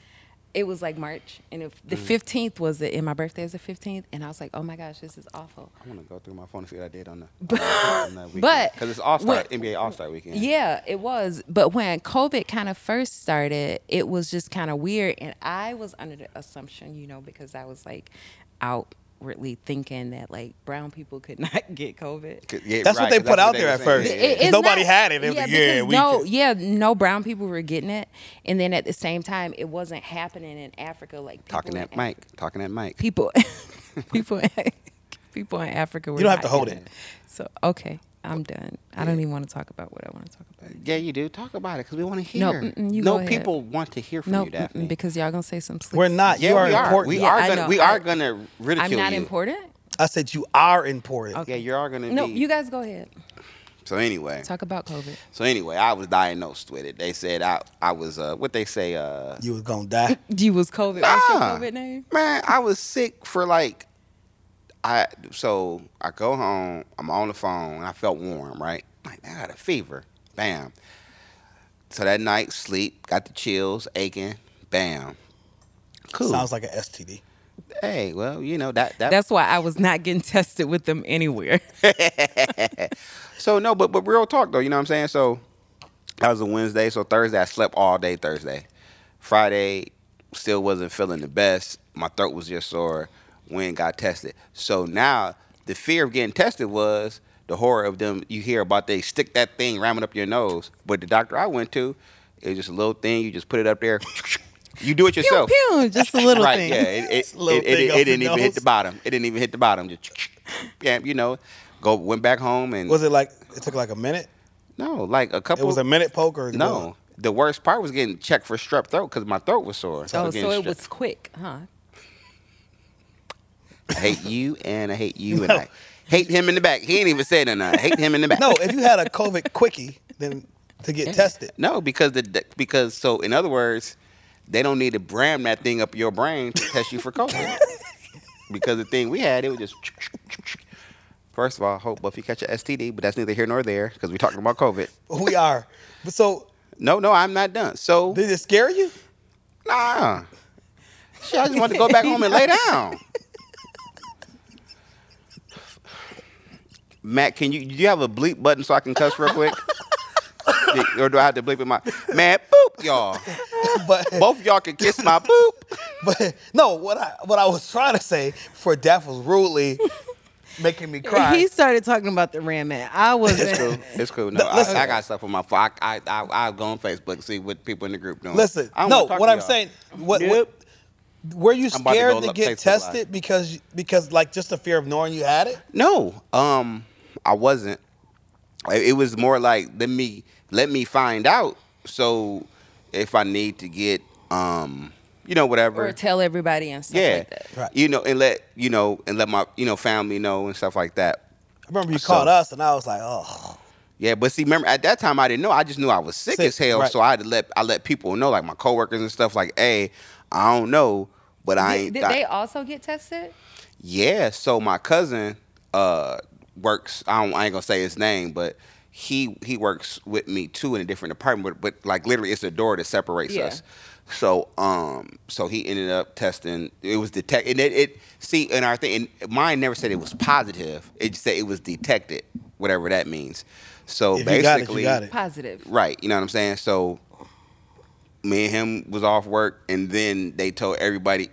Speaker 4: it was like March and if the
Speaker 2: Mm.
Speaker 4: 15th was it and my birthday is the 15th and I was like, "Oh my gosh, this is awful."
Speaker 3: I want to go through my phone and see what I did on the. on that
Speaker 4: but-
Speaker 3: because it's All Star
Speaker 4: what-
Speaker 3: NBA All Star weekend.
Speaker 4: Yeah, it was. But when COVID kind of first started, it was just kind of weird. And I was under the assumption, you know, because I was like outwardly thinking that like brown people could not get COVID.
Speaker 3: Yeah,
Speaker 2: That's what
Speaker 3: right,
Speaker 2: they
Speaker 3: 'cause
Speaker 2: put
Speaker 3: that's
Speaker 2: out
Speaker 3: what
Speaker 2: there
Speaker 3: were
Speaker 2: at
Speaker 3: saying.
Speaker 2: first.
Speaker 3: Yeah,
Speaker 2: It-
Speaker 3: yeah,
Speaker 2: it-
Speaker 3: yeah.
Speaker 4: it's
Speaker 2: Nobody had it. It was
Speaker 4: Yeah,
Speaker 2: like, yeah,
Speaker 4: because
Speaker 2: we
Speaker 4: no,
Speaker 2: can-
Speaker 4: yeah, no brown people were getting it, and then at the same time, it wasn't happening in Africa. Like people
Speaker 3: Talking
Speaker 4: in
Speaker 3: at
Speaker 4: Af-
Speaker 3: Mike. Talking at Mike.
Speaker 4: people, people. people in Africa were.
Speaker 2: You don't have
Speaker 4: not
Speaker 2: to hold
Speaker 4: given-
Speaker 2: it.
Speaker 4: So okay, I'm done. I don't even want to talk about what I want to talk about.
Speaker 3: Yeah, you do. Talk about it because we want to hear.
Speaker 4: No, mm-mm, you
Speaker 3: no
Speaker 4: go ahead.
Speaker 3: people want to hear from
Speaker 4: No,
Speaker 3: you,
Speaker 4: mm-mm,
Speaker 3: Daphne.
Speaker 4: because y'all gonna say some. Sleep.
Speaker 2: We're not.
Speaker 3: yeah,
Speaker 2: you are
Speaker 3: we are.
Speaker 2: important.
Speaker 3: We
Speaker 4: Yeah,
Speaker 3: are
Speaker 4: I
Speaker 3: gonna.
Speaker 4: know.
Speaker 3: We are
Speaker 4: I-
Speaker 3: gonna ridicule
Speaker 4: I'm not
Speaker 3: you.
Speaker 4: important.
Speaker 2: I said you are important.
Speaker 4: Okay.
Speaker 3: Yeah, you are gonna.
Speaker 4: No,
Speaker 3: be.
Speaker 4: you guys go ahead.
Speaker 3: So anyway,
Speaker 4: Talk about COVID.
Speaker 3: so anyway, I was diagnosed with it. They said I, I was uh, what they say. Uh,
Speaker 2: You was gonna die.
Speaker 4: You was COVID. What's your
Speaker 3: Nah.
Speaker 4: COVID name?
Speaker 3: Man, I was sick for like I so I go home, I'm on the phone, and I felt warm, right? Like I got a fever. Bam. So that night, sleep, got the chills, aching, bam. Cool.
Speaker 2: Sounds like an STD.
Speaker 3: hey, well, you know that that
Speaker 4: That's why I was not getting tested with them anywhere.
Speaker 3: So no, but but real talk though, you know what I'm saying? So that was a Wednesday, so Thursday I slept all day Thursday. Friday still wasn't feeling the best. My throat was just sore. Went and got tested. So now the fear of getting tested was the horror of them you hear about they stick that thing ramming up your nose. But the doctor I went to, it was just a little thing, you just put it up there. You do it
Speaker 4: Pew
Speaker 3: yourself.
Speaker 4: pew, just a little
Speaker 3: right,
Speaker 4: thing.
Speaker 3: Yeah, it, it,
Speaker 2: Just a little
Speaker 3: it- it-
Speaker 2: thing
Speaker 3: it
Speaker 2: up
Speaker 3: didn't
Speaker 2: the
Speaker 3: even hit the
Speaker 2: nose.
Speaker 3: bottom. It didn't even hit the bottom. Just yeah, you know. Go went back home and
Speaker 2: Was it like it took like a minute?
Speaker 3: no, like a couple.
Speaker 2: It was a minute poke or
Speaker 3: No, the worst part was getting checked for strep throat because my throat was sore. I
Speaker 4: Oh,
Speaker 3: was
Speaker 4: so
Speaker 3: getting
Speaker 4: it was
Speaker 3: strep-
Speaker 4: quick, huh?
Speaker 3: I hate you and I hate you and I hate him in the back. He ain't even said nothing. I hate him in the back.
Speaker 2: No, if you had a COVID quickie, then to get tested.
Speaker 3: no, because the- the because so in other words, they don't need to ram that thing up your brain to test you for COVID. because the thing we had, it was just. First of all, I hope Buffy catch a STD, but that's neither here nor there because we're talking about COVID.
Speaker 2: We are. But so
Speaker 3: No, no, I'm not done. So
Speaker 2: did it scare you?
Speaker 3: Nah. Shit, I just want to go back home and lay down. Matt, can you do you have a bleep button so I can cuss real quick? Do- or do I have to bleep in my Matt boop y'all?
Speaker 2: But
Speaker 3: Both y'all can kiss my boop.
Speaker 2: but no, what I what I was trying to say before Daph was rudely making me cry.
Speaker 4: He started talking about the ram man. I
Speaker 3: It's cool.
Speaker 4: wasn't.
Speaker 3: It's cool. No, I,
Speaker 2: Listen.
Speaker 3: I got stuff on my phone. I, I, I, I go on Facebook see what people in the group doing.
Speaker 2: Listen,
Speaker 3: I don't
Speaker 2: no,
Speaker 3: wanna talk
Speaker 2: what
Speaker 3: to
Speaker 2: I'm
Speaker 3: y'all.
Speaker 2: saying, what,
Speaker 3: Nope.
Speaker 2: what were you
Speaker 3: I'm about to
Speaker 2: scared
Speaker 3: go
Speaker 2: to,
Speaker 3: look
Speaker 2: get
Speaker 3: Facebook Live.
Speaker 2: tested because because like just the fear of knowing you had it?
Speaker 3: No, um, I wasn't. I- It was more like let me let me find out. So if I need to get, um, you know, whatever,
Speaker 4: Or tell everybody and stuff
Speaker 3: yeah,
Speaker 4: like that.
Speaker 2: Right.
Speaker 3: you know, and let you know, and let my you know family know and stuff like that.
Speaker 2: I remember you
Speaker 3: So-
Speaker 2: called us and I was like, oh,
Speaker 3: Yeah, but see, remember at that time I didn't know. I just knew I was sick,
Speaker 2: Sick,
Speaker 3: as hell,
Speaker 2: right.
Speaker 3: so I had to let I let people know, like my coworkers and stuff, like, hey, I don't know, but I
Speaker 4: Did,
Speaker 3: ain't.
Speaker 4: did
Speaker 3: I-
Speaker 4: they also get tested?
Speaker 3: Yeah, so my cousin uh works. I, don't, I ain't gonna say his name, but he he works with me too in a different apartment. But, but like literally, it's a door that separates
Speaker 4: Yeah.
Speaker 3: us. So um, so he ended up testing. It was detected. And it, it see in our thing. And mine never said it was positive. It just said it was detected, whatever that means. So
Speaker 2: If you got it, you
Speaker 3: basically,
Speaker 2: got it.
Speaker 4: Positive.
Speaker 3: Right. You know what I'm saying? So me and him was off work and then they told everybody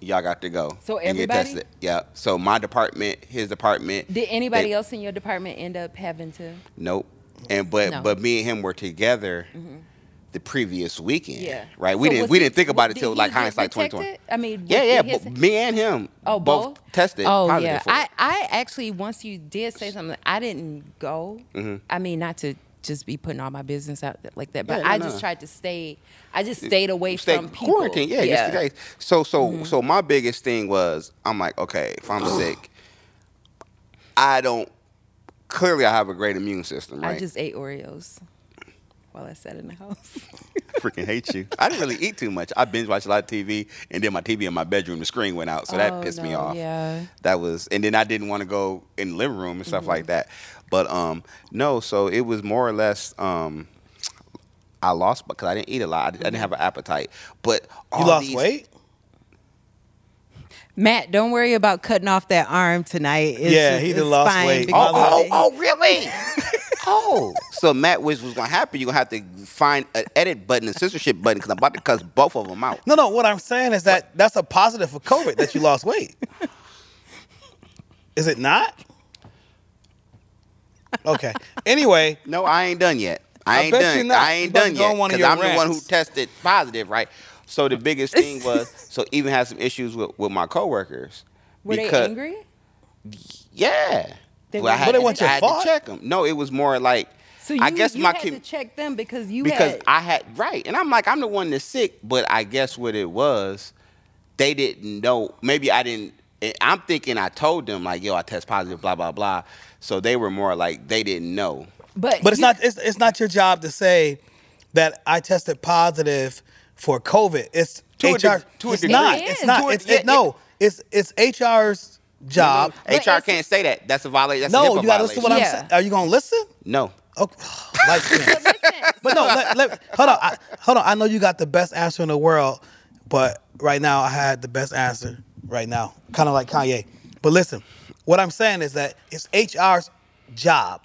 Speaker 3: y'all got to go.
Speaker 4: So
Speaker 3: and get
Speaker 4: everybody?
Speaker 3: tested. Yeah. So my department, his department.
Speaker 4: Did anybody
Speaker 3: they-
Speaker 4: else in your department end up having to?
Speaker 3: Nope. And but
Speaker 4: No. Mm-hmm.
Speaker 3: but me and him were together the previous weekend.
Speaker 4: Yeah.
Speaker 3: Right. We
Speaker 4: So
Speaker 3: didn't
Speaker 4: was
Speaker 3: we
Speaker 4: he-
Speaker 3: didn't think about
Speaker 4: did
Speaker 3: it till
Speaker 4: he
Speaker 3: like
Speaker 4: get
Speaker 3: hindsight twenty twenty.
Speaker 4: detected? I mean,
Speaker 3: Yeah,
Speaker 4: was-
Speaker 3: yeah.
Speaker 4: did
Speaker 3: But
Speaker 4: his-
Speaker 3: me and him
Speaker 4: Oh,
Speaker 3: both, tested
Speaker 4: Oh,
Speaker 3: positive
Speaker 4: yeah.
Speaker 3: for it.
Speaker 4: I, I actually once you did say something, I didn't go. I mean, not to just be putting all my business out th- like that, but
Speaker 3: Mm-hmm. Yeah, no,
Speaker 4: I just
Speaker 3: no.
Speaker 4: tried to stay. I just stayed away
Speaker 3: Stay
Speaker 4: from people. Mm-hmm.
Speaker 3: quarantine. Yeah, just in case. So so so my biggest thing was I'm like, okay, if I'm sick, I don't. Clearly, I have a great immune system, right?
Speaker 4: I just ate Oreos while I sat in the house.
Speaker 3: freaking hate you. I didn't really eat too much. I binge watched a lot of TV, and then my TV in my bedroom, the screen went out, so that
Speaker 4: Oh,
Speaker 3: pissed me
Speaker 4: no,
Speaker 3: off.
Speaker 4: yeah.
Speaker 3: That was, and then I didn't want to go in the living room and stuff
Speaker 4: Mm-hmm.
Speaker 3: like that. But um, no, so it was more or less um. I lost because I didn't eat a lot. I didn't I
Speaker 4: Mm-hmm.
Speaker 3: didn't have an appetite. But all
Speaker 2: you lost
Speaker 3: these-
Speaker 2: weight?
Speaker 5: Matt, don't worry about cutting off that arm tonight. It's
Speaker 2: Yeah,
Speaker 5: just-
Speaker 2: he
Speaker 5: it's
Speaker 2: done lost
Speaker 5: fine
Speaker 2: weight.
Speaker 5: because
Speaker 2: Oh,
Speaker 5: of it.
Speaker 3: Oh, really? oh. So Matt, which was gonna happen? You're gonna have to find an edit button and censorship button because I'm about to cuss both of them out.
Speaker 2: No, no. What I'm saying is that that's a positive for COVID that you lost weight. Is it not? Okay. Anyway,
Speaker 3: No, I ain't done yet. I
Speaker 2: I
Speaker 3: ain't
Speaker 2: bet
Speaker 3: done.
Speaker 2: you not.
Speaker 3: I
Speaker 2: You
Speaker 3: ain't
Speaker 2: about to
Speaker 3: done
Speaker 2: go on
Speaker 3: yet
Speaker 2: one of
Speaker 3: because
Speaker 2: your
Speaker 3: I'm the one who
Speaker 2: rants.
Speaker 3: tested positive, right? So the biggest thing was so even had some issues with, with my coworkers
Speaker 4: Were
Speaker 3: because
Speaker 4: they angry?
Speaker 3: Yeah.
Speaker 5: They
Speaker 3: Well, I
Speaker 5: were-
Speaker 3: had
Speaker 5: But it
Speaker 3: to-
Speaker 5: wasn't your
Speaker 3: I had to
Speaker 2: fault?
Speaker 3: check them. No, it was more like
Speaker 5: So you,
Speaker 3: I guess
Speaker 5: you
Speaker 3: my
Speaker 5: had
Speaker 3: com-
Speaker 5: to check them because you
Speaker 3: because
Speaker 5: had.
Speaker 3: I had right, and I'm like, I'm the one that's sick. But I guess what it was, they didn't know. Maybe I didn't. and I'm thinking I told them like, yo, I test positive, blah blah blah. So they were more like they didn't know.
Speaker 5: but
Speaker 2: But it's
Speaker 5: you-
Speaker 2: not it's, it's not your job to say that I tested positive for COVID. It's
Speaker 3: To a
Speaker 2: HR.
Speaker 3: deg- to a
Speaker 2: it's
Speaker 3: degree.
Speaker 2: not.
Speaker 4: It
Speaker 2: It's
Speaker 4: is.
Speaker 2: not.
Speaker 3: To a-
Speaker 2: It's
Speaker 3: yeah,
Speaker 2: it, no. It's it's HR's job.
Speaker 3: HR can't say that. That's a violation. That's a
Speaker 2: Um, No,
Speaker 3: HIPAA
Speaker 2: you gotta listen to what
Speaker 3: violation.
Speaker 2: I'm
Speaker 4: Yeah.
Speaker 2: saying. Are you gonna listen?
Speaker 3: No.
Speaker 2: Okay. Light skin. but no, let, let, hold on, I, hold on. I know you got the best answer in the world, but right now I had the best answer right now, kind of like Kanye. But listen, what I'm saying is that it's HR's job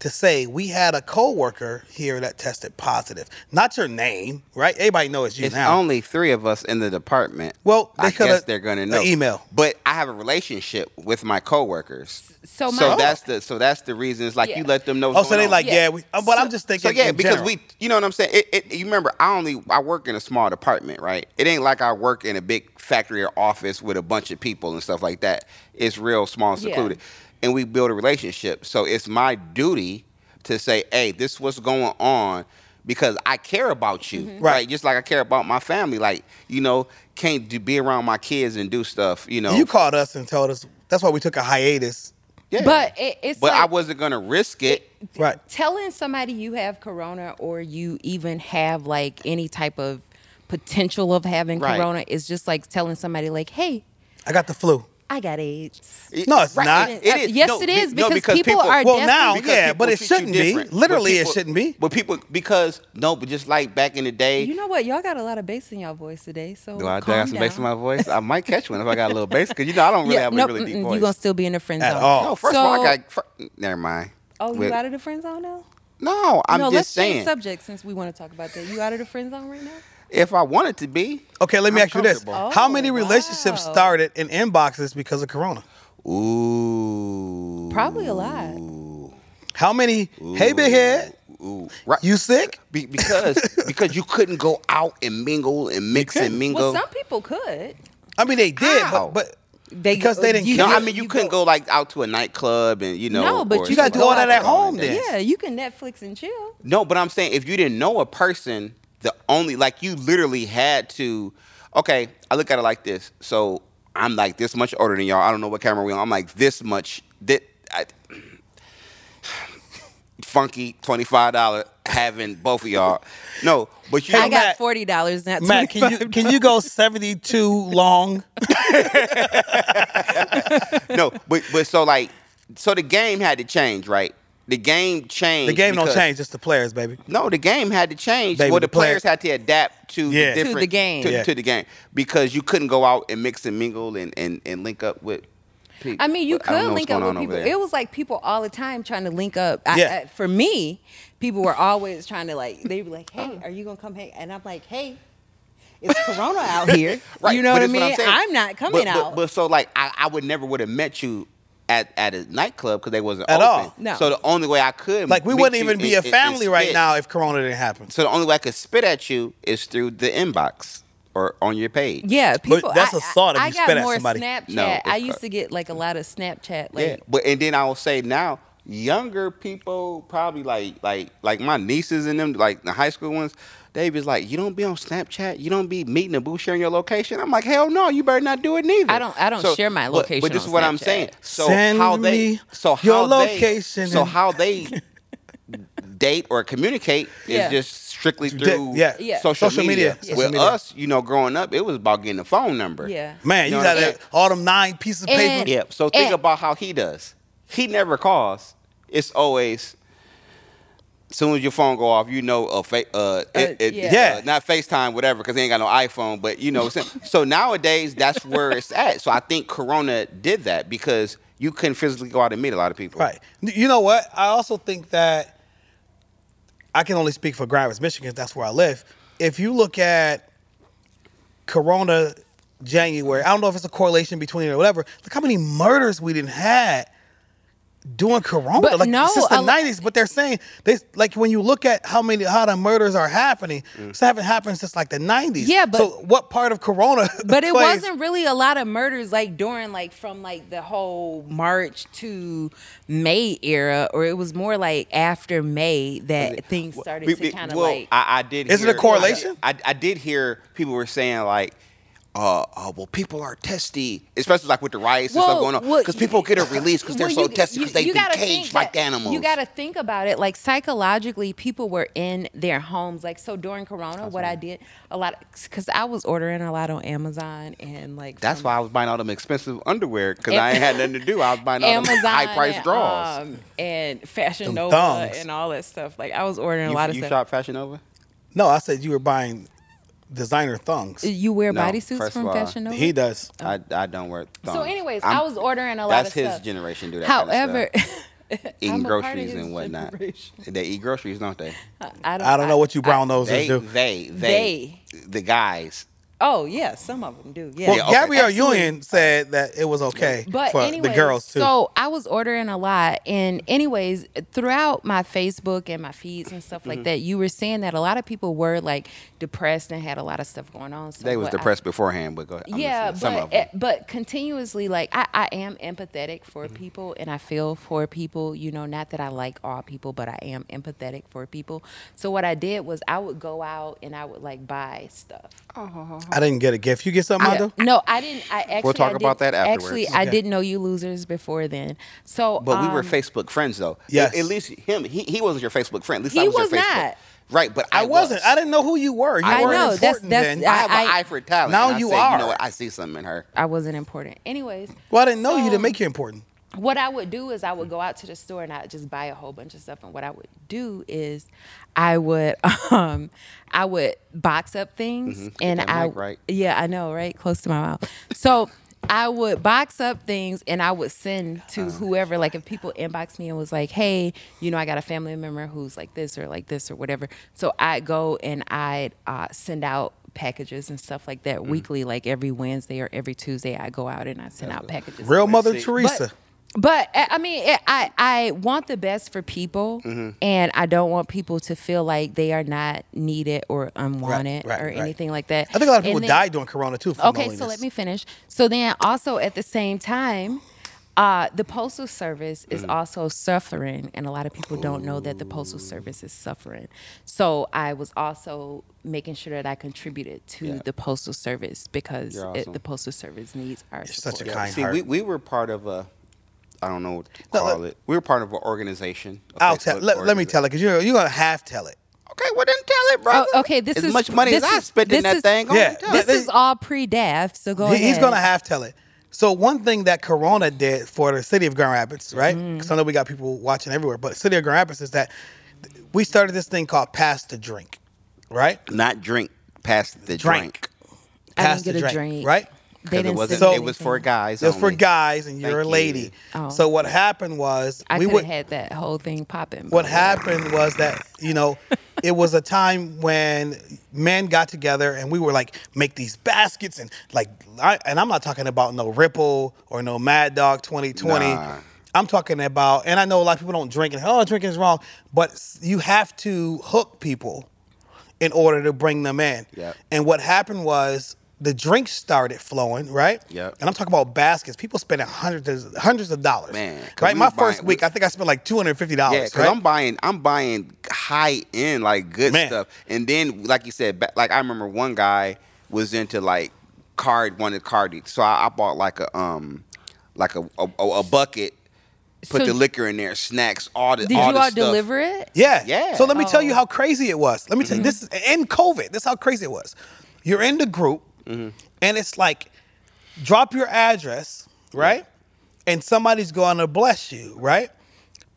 Speaker 2: to say we had a coworker here that tested positive, not your name, right? Everybody knows it's you
Speaker 3: It's
Speaker 2: now.
Speaker 3: only three of us in the department.
Speaker 2: Well, they
Speaker 3: I
Speaker 2: coulda-
Speaker 3: guess they're gonna
Speaker 2: an
Speaker 3: know.
Speaker 2: email.
Speaker 3: but I have a relationship with my coworkers.
Speaker 4: So my-
Speaker 3: so that's the so that's the reason. It's like
Speaker 4: Yeah.
Speaker 3: you let them know. What's
Speaker 2: oh, so
Speaker 3: going
Speaker 2: they
Speaker 3: on.
Speaker 2: like, yeah.
Speaker 4: Yeah.
Speaker 2: we, uh, but I'm just thinking.
Speaker 3: So yeah,
Speaker 2: in
Speaker 3: because
Speaker 2: general.
Speaker 3: we, you know what I'm saying. It, it, you remember, I only I work in a small department, right? It ain't like I work in a big factory or office with a bunch of people and stuff like that. It's real small and
Speaker 4: Yeah.
Speaker 3: secluded, and we build a relationship. So it's my duty to say, hey, this what's going on because I care about you,
Speaker 4: Mm-hmm.
Speaker 3: right?
Speaker 2: Right.
Speaker 3: Just like I care about my family. Like you know, can't do, be around my kids and do stuff. You know,
Speaker 2: you called us and told us that's why we took a hiatus,
Speaker 3: yeah.
Speaker 4: But it, it's
Speaker 3: but I
Speaker 4: like-
Speaker 3: wasn't gonna risk it.
Speaker 2: right?
Speaker 4: telling somebody you have corona or you even have like any type of potential of having
Speaker 3: Right.
Speaker 4: corona is just like telling somebody like hey
Speaker 2: I got the flu.
Speaker 4: i got aids
Speaker 3: It-
Speaker 2: No, it's not.
Speaker 4: Uh, yes, it is, because people are
Speaker 2: Well, now,
Speaker 4: Because
Speaker 2: Oh, yeah,
Speaker 3: people
Speaker 2: but it
Speaker 3: treat you
Speaker 2: shouldn't be.
Speaker 3: different. But
Speaker 2: Literally,
Speaker 3: people-
Speaker 2: it shouldn't be.
Speaker 3: But people, because no, but just like back in the day,
Speaker 4: you know what y'all got a lot of bass in y'all voice today so
Speaker 3: do I do I
Speaker 4: calm
Speaker 3: got some bass in
Speaker 4: down.
Speaker 3: my voice? I might catch one if I got a little bass, because you know I don't really
Speaker 4: yeah,
Speaker 3: have
Speaker 4: no,
Speaker 3: a really deep
Speaker 4: mm-mm,
Speaker 3: voice.
Speaker 4: you gonna still be in the friend
Speaker 2: At
Speaker 4: zone
Speaker 2: all.
Speaker 3: no, first of all,
Speaker 4: So-
Speaker 3: I got. fir- never mind.
Speaker 4: oh
Speaker 3: But-
Speaker 4: you out of the friend zone now
Speaker 3: No, I'm
Speaker 4: no
Speaker 3: just
Speaker 4: let's
Speaker 3: saying.
Speaker 4: change subject since we want to talk about that you out of the friend zone right now
Speaker 3: If I wanted to be,
Speaker 2: Okay, let me
Speaker 3: I'm
Speaker 2: ask you this:
Speaker 3: comfortable.
Speaker 2: How many
Speaker 4: Oh,
Speaker 2: relationships
Speaker 4: wow.
Speaker 2: started in inboxes because of Corona?
Speaker 3: ooh,
Speaker 4: Oh. probably a lot
Speaker 2: How many? Hey, big head,
Speaker 3: ooh, right?
Speaker 2: you sick?
Speaker 3: Be- because because you couldn't go out and mingle and mix and mingle.
Speaker 4: well some people could
Speaker 2: I mean, they did,
Speaker 3: How?
Speaker 2: but, but
Speaker 4: They-
Speaker 2: because they didn't.
Speaker 4: you-
Speaker 3: no,
Speaker 2: care.
Speaker 3: I mean you, couldn't go, like out to a nightclub and you know.
Speaker 4: No, but
Speaker 3: or
Speaker 4: you gotta
Speaker 3: something
Speaker 4: do all
Speaker 3: like
Speaker 4: that at
Speaker 3: Going on
Speaker 2: home
Speaker 3: a
Speaker 2: then.
Speaker 3: date.
Speaker 4: yeah you can netflix and chill
Speaker 3: No, but I'm saying if you didn't know a person, the only like you literally had to. Okay, I look at it like this. So I'm like this much older than y'all. I don't know what camera we on. I'm like this much. That I, funky twenty five dollar having both of y'all. No, but you
Speaker 2: Hey,
Speaker 4: I
Speaker 3: don't-
Speaker 2: Matt.
Speaker 4: got forty dollars, not
Speaker 2: Matt,
Speaker 4: twenty.
Speaker 2: can you can you go seventy two long?
Speaker 3: no, but but so like so the game had to change, right? The game changed.
Speaker 2: The game don't
Speaker 3: because-
Speaker 2: change; it's the players, baby.
Speaker 3: No, the game had to change.
Speaker 2: Baby,
Speaker 3: well,
Speaker 2: the
Speaker 3: the players
Speaker 2: player-
Speaker 3: had to adapt to
Speaker 2: Yeah.
Speaker 3: the
Speaker 2: To the
Speaker 3: different
Speaker 4: game.
Speaker 3: to,
Speaker 2: Yeah.
Speaker 3: to the game because you couldn't go out and mix and mingle and and, and link up with. people.
Speaker 4: I mean, you
Speaker 3: don't know
Speaker 4: could
Speaker 3: what's
Speaker 4: link up
Speaker 3: going
Speaker 4: with
Speaker 3: on over
Speaker 4: people.
Speaker 3: there.
Speaker 4: It was like people all the time trying to link up. I,
Speaker 2: Yeah.
Speaker 4: I, for me, people were always trying to like. They were like, "Hey, are you gonna come hang?" And I'm like, "Hey, it's Corona out here.
Speaker 3: Right,
Speaker 4: You know
Speaker 3: but
Speaker 4: what I
Speaker 3: that's I'm
Speaker 4: mean?
Speaker 3: saying.
Speaker 4: not coming
Speaker 3: But- but-
Speaker 4: out."
Speaker 3: But, so like I, I would never would have met you at at a nightclub because they wasn't
Speaker 2: At
Speaker 3: open.
Speaker 2: all.
Speaker 4: No.
Speaker 3: So the only way I could
Speaker 2: Like we
Speaker 3: meet
Speaker 2: wouldn't
Speaker 3: you
Speaker 2: even be
Speaker 3: and-
Speaker 2: a
Speaker 3: and- and
Speaker 2: family right
Speaker 3: spit-
Speaker 2: now if Corona didn't happen.
Speaker 3: So the only way I could spit at you is through the inbox or on your page.
Speaker 4: yeah,
Speaker 2: But
Speaker 4: people.
Speaker 2: that's
Speaker 4: I,
Speaker 2: assault if
Speaker 4: I,
Speaker 2: you
Speaker 4: I got
Speaker 2: spit at
Speaker 4: more
Speaker 2: somebody.
Speaker 4: Snapchat.
Speaker 3: No, it's
Speaker 4: I
Speaker 3: not.
Speaker 4: used to get like a lot of Snapchat. Like,
Speaker 3: Yeah, but and then I will say now, younger people probably like like like my nieces and them like the high school ones. They was like, you don't be on Snapchat, you don't be meeting and boo sharing your location. I'm like, hell no, you better not do it neither.
Speaker 4: I don't- I don't share my
Speaker 3: but- But,
Speaker 4: location
Speaker 3: this is
Speaker 4: on
Speaker 3: what I'm
Speaker 4: Snapchat.
Speaker 3: saying. So
Speaker 2: Send
Speaker 3: how they
Speaker 2: me
Speaker 3: so how
Speaker 2: your
Speaker 3: they-
Speaker 2: location
Speaker 3: so
Speaker 2: and-
Speaker 3: how they date or communicate
Speaker 4: Yeah.
Speaker 3: is just strictly
Speaker 2: Da-
Speaker 3: through
Speaker 2: yeah.
Speaker 4: Yeah.
Speaker 3: social,
Speaker 2: Social media.
Speaker 3: media.
Speaker 2: Social
Speaker 3: With
Speaker 2: media.
Speaker 3: us, you know, growing up, it was about getting a phone number.
Speaker 4: Yeah.
Speaker 2: Man, you
Speaker 3: know what
Speaker 2: got
Speaker 3: I'm
Speaker 2: that-
Speaker 3: saying?
Speaker 2: all them nine pieces of
Speaker 4: And-
Speaker 2: paper.
Speaker 3: Yeah. So think
Speaker 4: And-
Speaker 3: about how he does. He never calls. It's always soon as your phone go off, you know, a fa- uh, it, it,
Speaker 4: yeah.
Speaker 3: uh,
Speaker 2: Yeah.
Speaker 3: not FaceTime, whatever, because he ain't got no iPhone. But you know, so, so nowadays that's where it's at. So I think Corona did that because you couldn't physically go out and meet a lot of people.
Speaker 2: Right. You know what? I also think that I can only speak for Grand Rapids, Michigan. That's where I live. If you look at Corona January, I don't know if it's a correlation between it or whatever. Look how many murders we didn't had doing corona
Speaker 4: But
Speaker 2: like
Speaker 4: no,
Speaker 2: since the
Speaker 4: a lo-
Speaker 2: 90s but they're saying they like when you look at how many how the murders are happening this haven't happened since like the 90s
Speaker 4: Yeah, but-
Speaker 2: so what part of corona
Speaker 4: But it
Speaker 2: plays-
Speaker 4: wasn't really a lot of murders like during like from like the whole March to May era, or it was more like after May that things started
Speaker 3: We-
Speaker 4: to
Speaker 3: we-
Speaker 4: kind of
Speaker 3: well,
Speaker 4: like.
Speaker 3: I, I did.
Speaker 2: Is it a
Speaker 3: hear-
Speaker 2: correlation?
Speaker 3: I, I did hear people were saying like. Uh, uh, well, people are testy, especially like with the riots and
Speaker 4: Well,
Speaker 3: stuff going on,
Speaker 4: well,
Speaker 3: because people get a release because they're
Speaker 4: Well,
Speaker 3: so
Speaker 4: you-
Speaker 3: testy
Speaker 4: you-
Speaker 3: because they've
Speaker 4: you
Speaker 3: been
Speaker 4: gotta think
Speaker 3: caged like
Speaker 4: that-
Speaker 3: animals.
Speaker 4: You got to think about it. Like psychologically, people were in their homes. Like so during Corona, what I did a lot because I was ordering a lot on Amazon and like
Speaker 3: That's
Speaker 4: from
Speaker 3: why I was buying all them expensive underwear because I ain't had nothing to do. I was buying all
Speaker 4: Amazon
Speaker 3: them high priced
Speaker 4: and,
Speaker 3: draws.
Speaker 4: um, and Fashion
Speaker 2: Them
Speaker 4: Nova
Speaker 2: thongs.
Speaker 4: and all that stuff. Like I was ordering a
Speaker 3: you
Speaker 4: lot of
Speaker 3: you
Speaker 4: stuff. Um,
Speaker 3: shop Fashion Nova?
Speaker 2: no i said you were buying designer thongs
Speaker 4: Uh, You wear
Speaker 3: No,
Speaker 4: bodysuits
Speaker 3: first
Speaker 4: from
Speaker 3: of all,
Speaker 4: Fashion Nova.
Speaker 2: he does
Speaker 3: I, I don't wear. Thongs.
Speaker 4: So, anyways,
Speaker 3: I'm-
Speaker 4: i was ordering a lot
Speaker 3: That's
Speaker 4: of
Speaker 3: his
Speaker 4: stuff.
Speaker 3: generation do that. kinda stuff.
Speaker 4: However,
Speaker 3: eating
Speaker 4: I'm a part of
Speaker 3: groceries
Speaker 4: his
Speaker 3: and whatnot.
Speaker 4: generation.
Speaker 3: They eat groceries, don't they?
Speaker 4: I don't.
Speaker 2: i don't know what you brown nosers
Speaker 3: They,
Speaker 2: do
Speaker 3: they, they, the guys.
Speaker 4: Oh yeah, some of them do. Yeah.
Speaker 2: well
Speaker 3: Yeah, okay.
Speaker 2: gabrielle
Speaker 3: Absolutely.
Speaker 2: union said that it was okay
Speaker 4: but
Speaker 2: for
Speaker 4: anyways,
Speaker 2: the girls too
Speaker 4: So I was ordering a lot, and anyways, throughout my Facebook and my feeds and stuff
Speaker 3: Mm-hmm.
Speaker 4: like that, you were saying that a lot of people were like depressed and had a lot of stuff going on. So
Speaker 3: They was
Speaker 4: what I-
Speaker 3: depressed beforehand, but go ahead. I'm
Speaker 4: yeah,
Speaker 3: listening. some
Speaker 4: but
Speaker 3: of them.
Speaker 4: eh, but continuously, like I, I am empathetic for
Speaker 3: Mm-hmm.
Speaker 4: people, and I feel for people. You know, not that I like all people, but I am empathetic for people. So what I did was I would go out and I would like buy stuff.
Speaker 2: i didn't get a gift you get something I, do
Speaker 4: No, I didn't. I actually
Speaker 3: talk
Speaker 4: I
Speaker 3: about
Speaker 4: didn't-
Speaker 3: that afterwards.
Speaker 4: Actually, I
Speaker 2: Okay.
Speaker 4: didn't know you losers before then. So,
Speaker 3: But we were
Speaker 4: um,
Speaker 3: Facebook friends, though.
Speaker 2: Yes.
Speaker 3: At, at least him, he, he wasn't your Facebook friend. At least
Speaker 4: He
Speaker 3: I was,
Speaker 4: was
Speaker 3: your Facebook.
Speaker 4: not.
Speaker 3: Right, but I,
Speaker 2: I wasn't. I didn't know who you were. You
Speaker 4: I
Speaker 2: weren't
Speaker 4: know, that's-
Speaker 2: important
Speaker 4: that's-
Speaker 2: then.
Speaker 3: I, have an
Speaker 4: I-
Speaker 3: eye for talent.
Speaker 2: Now
Speaker 3: and I
Speaker 2: you
Speaker 3: said,
Speaker 2: are.
Speaker 3: You know what? I see something in her.
Speaker 4: I wasn't important. Anyways.
Speaker 2: well, I didn't know you
Speaker 4: so-
Speaker 2: to make you important.
Speaker 4: what I would do is I would go out to the store and I'd just buy a whole bunch of stuff. And what I would do is I would um I would box up things and
Speaker 3: Mm-hmm. that
Speaker 4: I
Speaker 3: mic right.
Speaker 4: yeah I know right close to my mouth. So I would box up things and I would send to
Speaker 3: Uh-huh.
Speaker 4: whoever like if people inbox me and was like hey you know I got a family member who's like this or like this or whatever. So I'd go and I'd uh, send out packages and stuff like
Speaker 3: Mm.
Speaker 4: that weekly like every Wednesday or every Tuesday I go out and I send out packages.
Speaker 2: Real Mother
Speaker 3: see.
Speaker 2: Teresa.
Speaker 4: But eh, I I mean, it, I I want the best for people,
Speaker 2: Mm-hmm.
Speaker 4: and I don't want people to feel like they are not needed or unwanted
Speaker 2: right,
Speaker 4: or
Speaker 2: right.
Speaker 4: anything like that.
Speaker 2: I think a lot of people
Speaker 4: And then-
Speaker 2: died during Corona too. From
Speaker 4: Okay, so
Speaker 2: loneliness.
Speaker 4: let me finish. So then, also at the same time. Uh, the postal service is
Speaker 2: Mm.
Speaker 4: also suffering, and a lot of people don't know that the postal service is suffering. So I was also making sure that I contributed to the postal service because
Speaker 3: You're
Speaker 4: it,
Speaker 3: awesome.
Speaker 4: the postal service needs our support.
Speaker 2: such a kind
Speaker 3: See,
Speaker 2: heart.
Speaker 3: we, we were part of a, I don't know what to
Speaker 2: No,
Speaker 3: call
Speaker 2: let-
Speaker 3: it. We were part of an organization. a
Speaker 2: I'll
Speaker 3: Facebook
Speaker 2: tell. Let, let me
Speaker 3: organiza-
Speaker 2: tell it because you're you're gonna half tell it.
Speaker 3: Okay, well then tell it, brother.
Speaker 4: Oh, okay, this
Speaker 3: as
Speaker 4: is-
Speaker 3: much money
Speaker 4: this
Speaker 3: as I
Speaker 4: is-
Speaker 3: spent in
Speaker 4: this
Speaker 3: that
Speaker 4: is-
Speaker 3: thing. go
Speaker 2: Yeah,
Speaker 3: ahead and tell
Speaker 4: This
Speaker 3: it.
Speaker 4: is all pre-DAF, so go
Speaker 2: He-
Speaker 4: ahead.
Speaker 2: he's gonna half tell it. So one thing that Corona did for the city of Grand Rapids, right?
Speaker 4: Mm-hmm.
Speaker 2: Because I know we got people watching everywhere, but city of Grand Rapids is that th- we started this thing called Pass the Drink, right?
Speaker 3: not drink past the drink.
Speaker 2: Drink.
Speaker 4: I
Speaker 2: Pass
Speaker 4: didn't get
Speaker 2: the
Speaker 4: a
Speaker 2: drink,
Speaker 4: drink.
Speaker 2: right?
Speaker 4: They
Speaker 3: Because it
Speaker 4: didn't
Speaker 3: wasn't.
Speaker 4: send
Speaker 2: So-
Speaker 3: it was for
Speaker 4: anything.
Speaker 3: guys.
Speaker 2: It was for
Speaker 3: only.
Speaker 2: guys, and you're
Speaker 3: Thank
Speaker 2: a lady.
Speaker 3: you.
Speaker 4: Oh.
Speaker 2: So what happened was
Speaker 4: I
Speaker 2: we
Speaker 4: could have
Speaker 2: would
Speaker 4: had that whole thing popping. but
Speaker 2: what happened was that you know it was a time when men got together and we were like make these baskets and like I, and i'm not talking about no ripple or no mad dog 2020
Speaker 3: Nah.
Speaker 2: i'm talking about and i know a lot of people don't drink and oh drinking is wrong but s- you have to hook people in order to bring them in
Speaker 3: Yep.
Speaker 2: and what happened was the drinks started flowing, right?
Speaker 3: Yep.
Speaker 2: And I'm talking about baskets. People spending hundreds, hundreds of dollars.
Speaker 3: Man, 'cause
Speaker 2: right?
Speaker 3: we
Speaker 2: My
Speaker 3: was buying-
Speaker 2: first week, I think I spent like two hundred fifty dollars.
Speaker 3: Yeah, because I'm buying, I'm buying high end like good
Speaker 2: Man.
Speaker 3: stuff, and then like you said, ba- like I remember one guy was into like card, wanted card, so I, I bought like a um, like a a, a- a bucket, put
Speaker 4: So-
Speaker 3: the liquor in there, snacks, all the
Speaker 4: did
Speaker 3: all
Speaker 4: you
Speaker 3: the
Speaker 4: all
Speaker 3: stuff.
Speaker 4: deliver it?
Speaker 2: Yeah.
Speaker 3: Yeah. Mm-hmm.
Speaker 2: So let me tell you
Speaker 4: Oh.
Speaker 2: how crazy it was. Let me tell you this is in COVID. This is how crazy it was. You're in the group
Speaker 3: Mm-hmm.
Speaker 2: and it's like drop your address, right? And somebody's gonna bless you, right?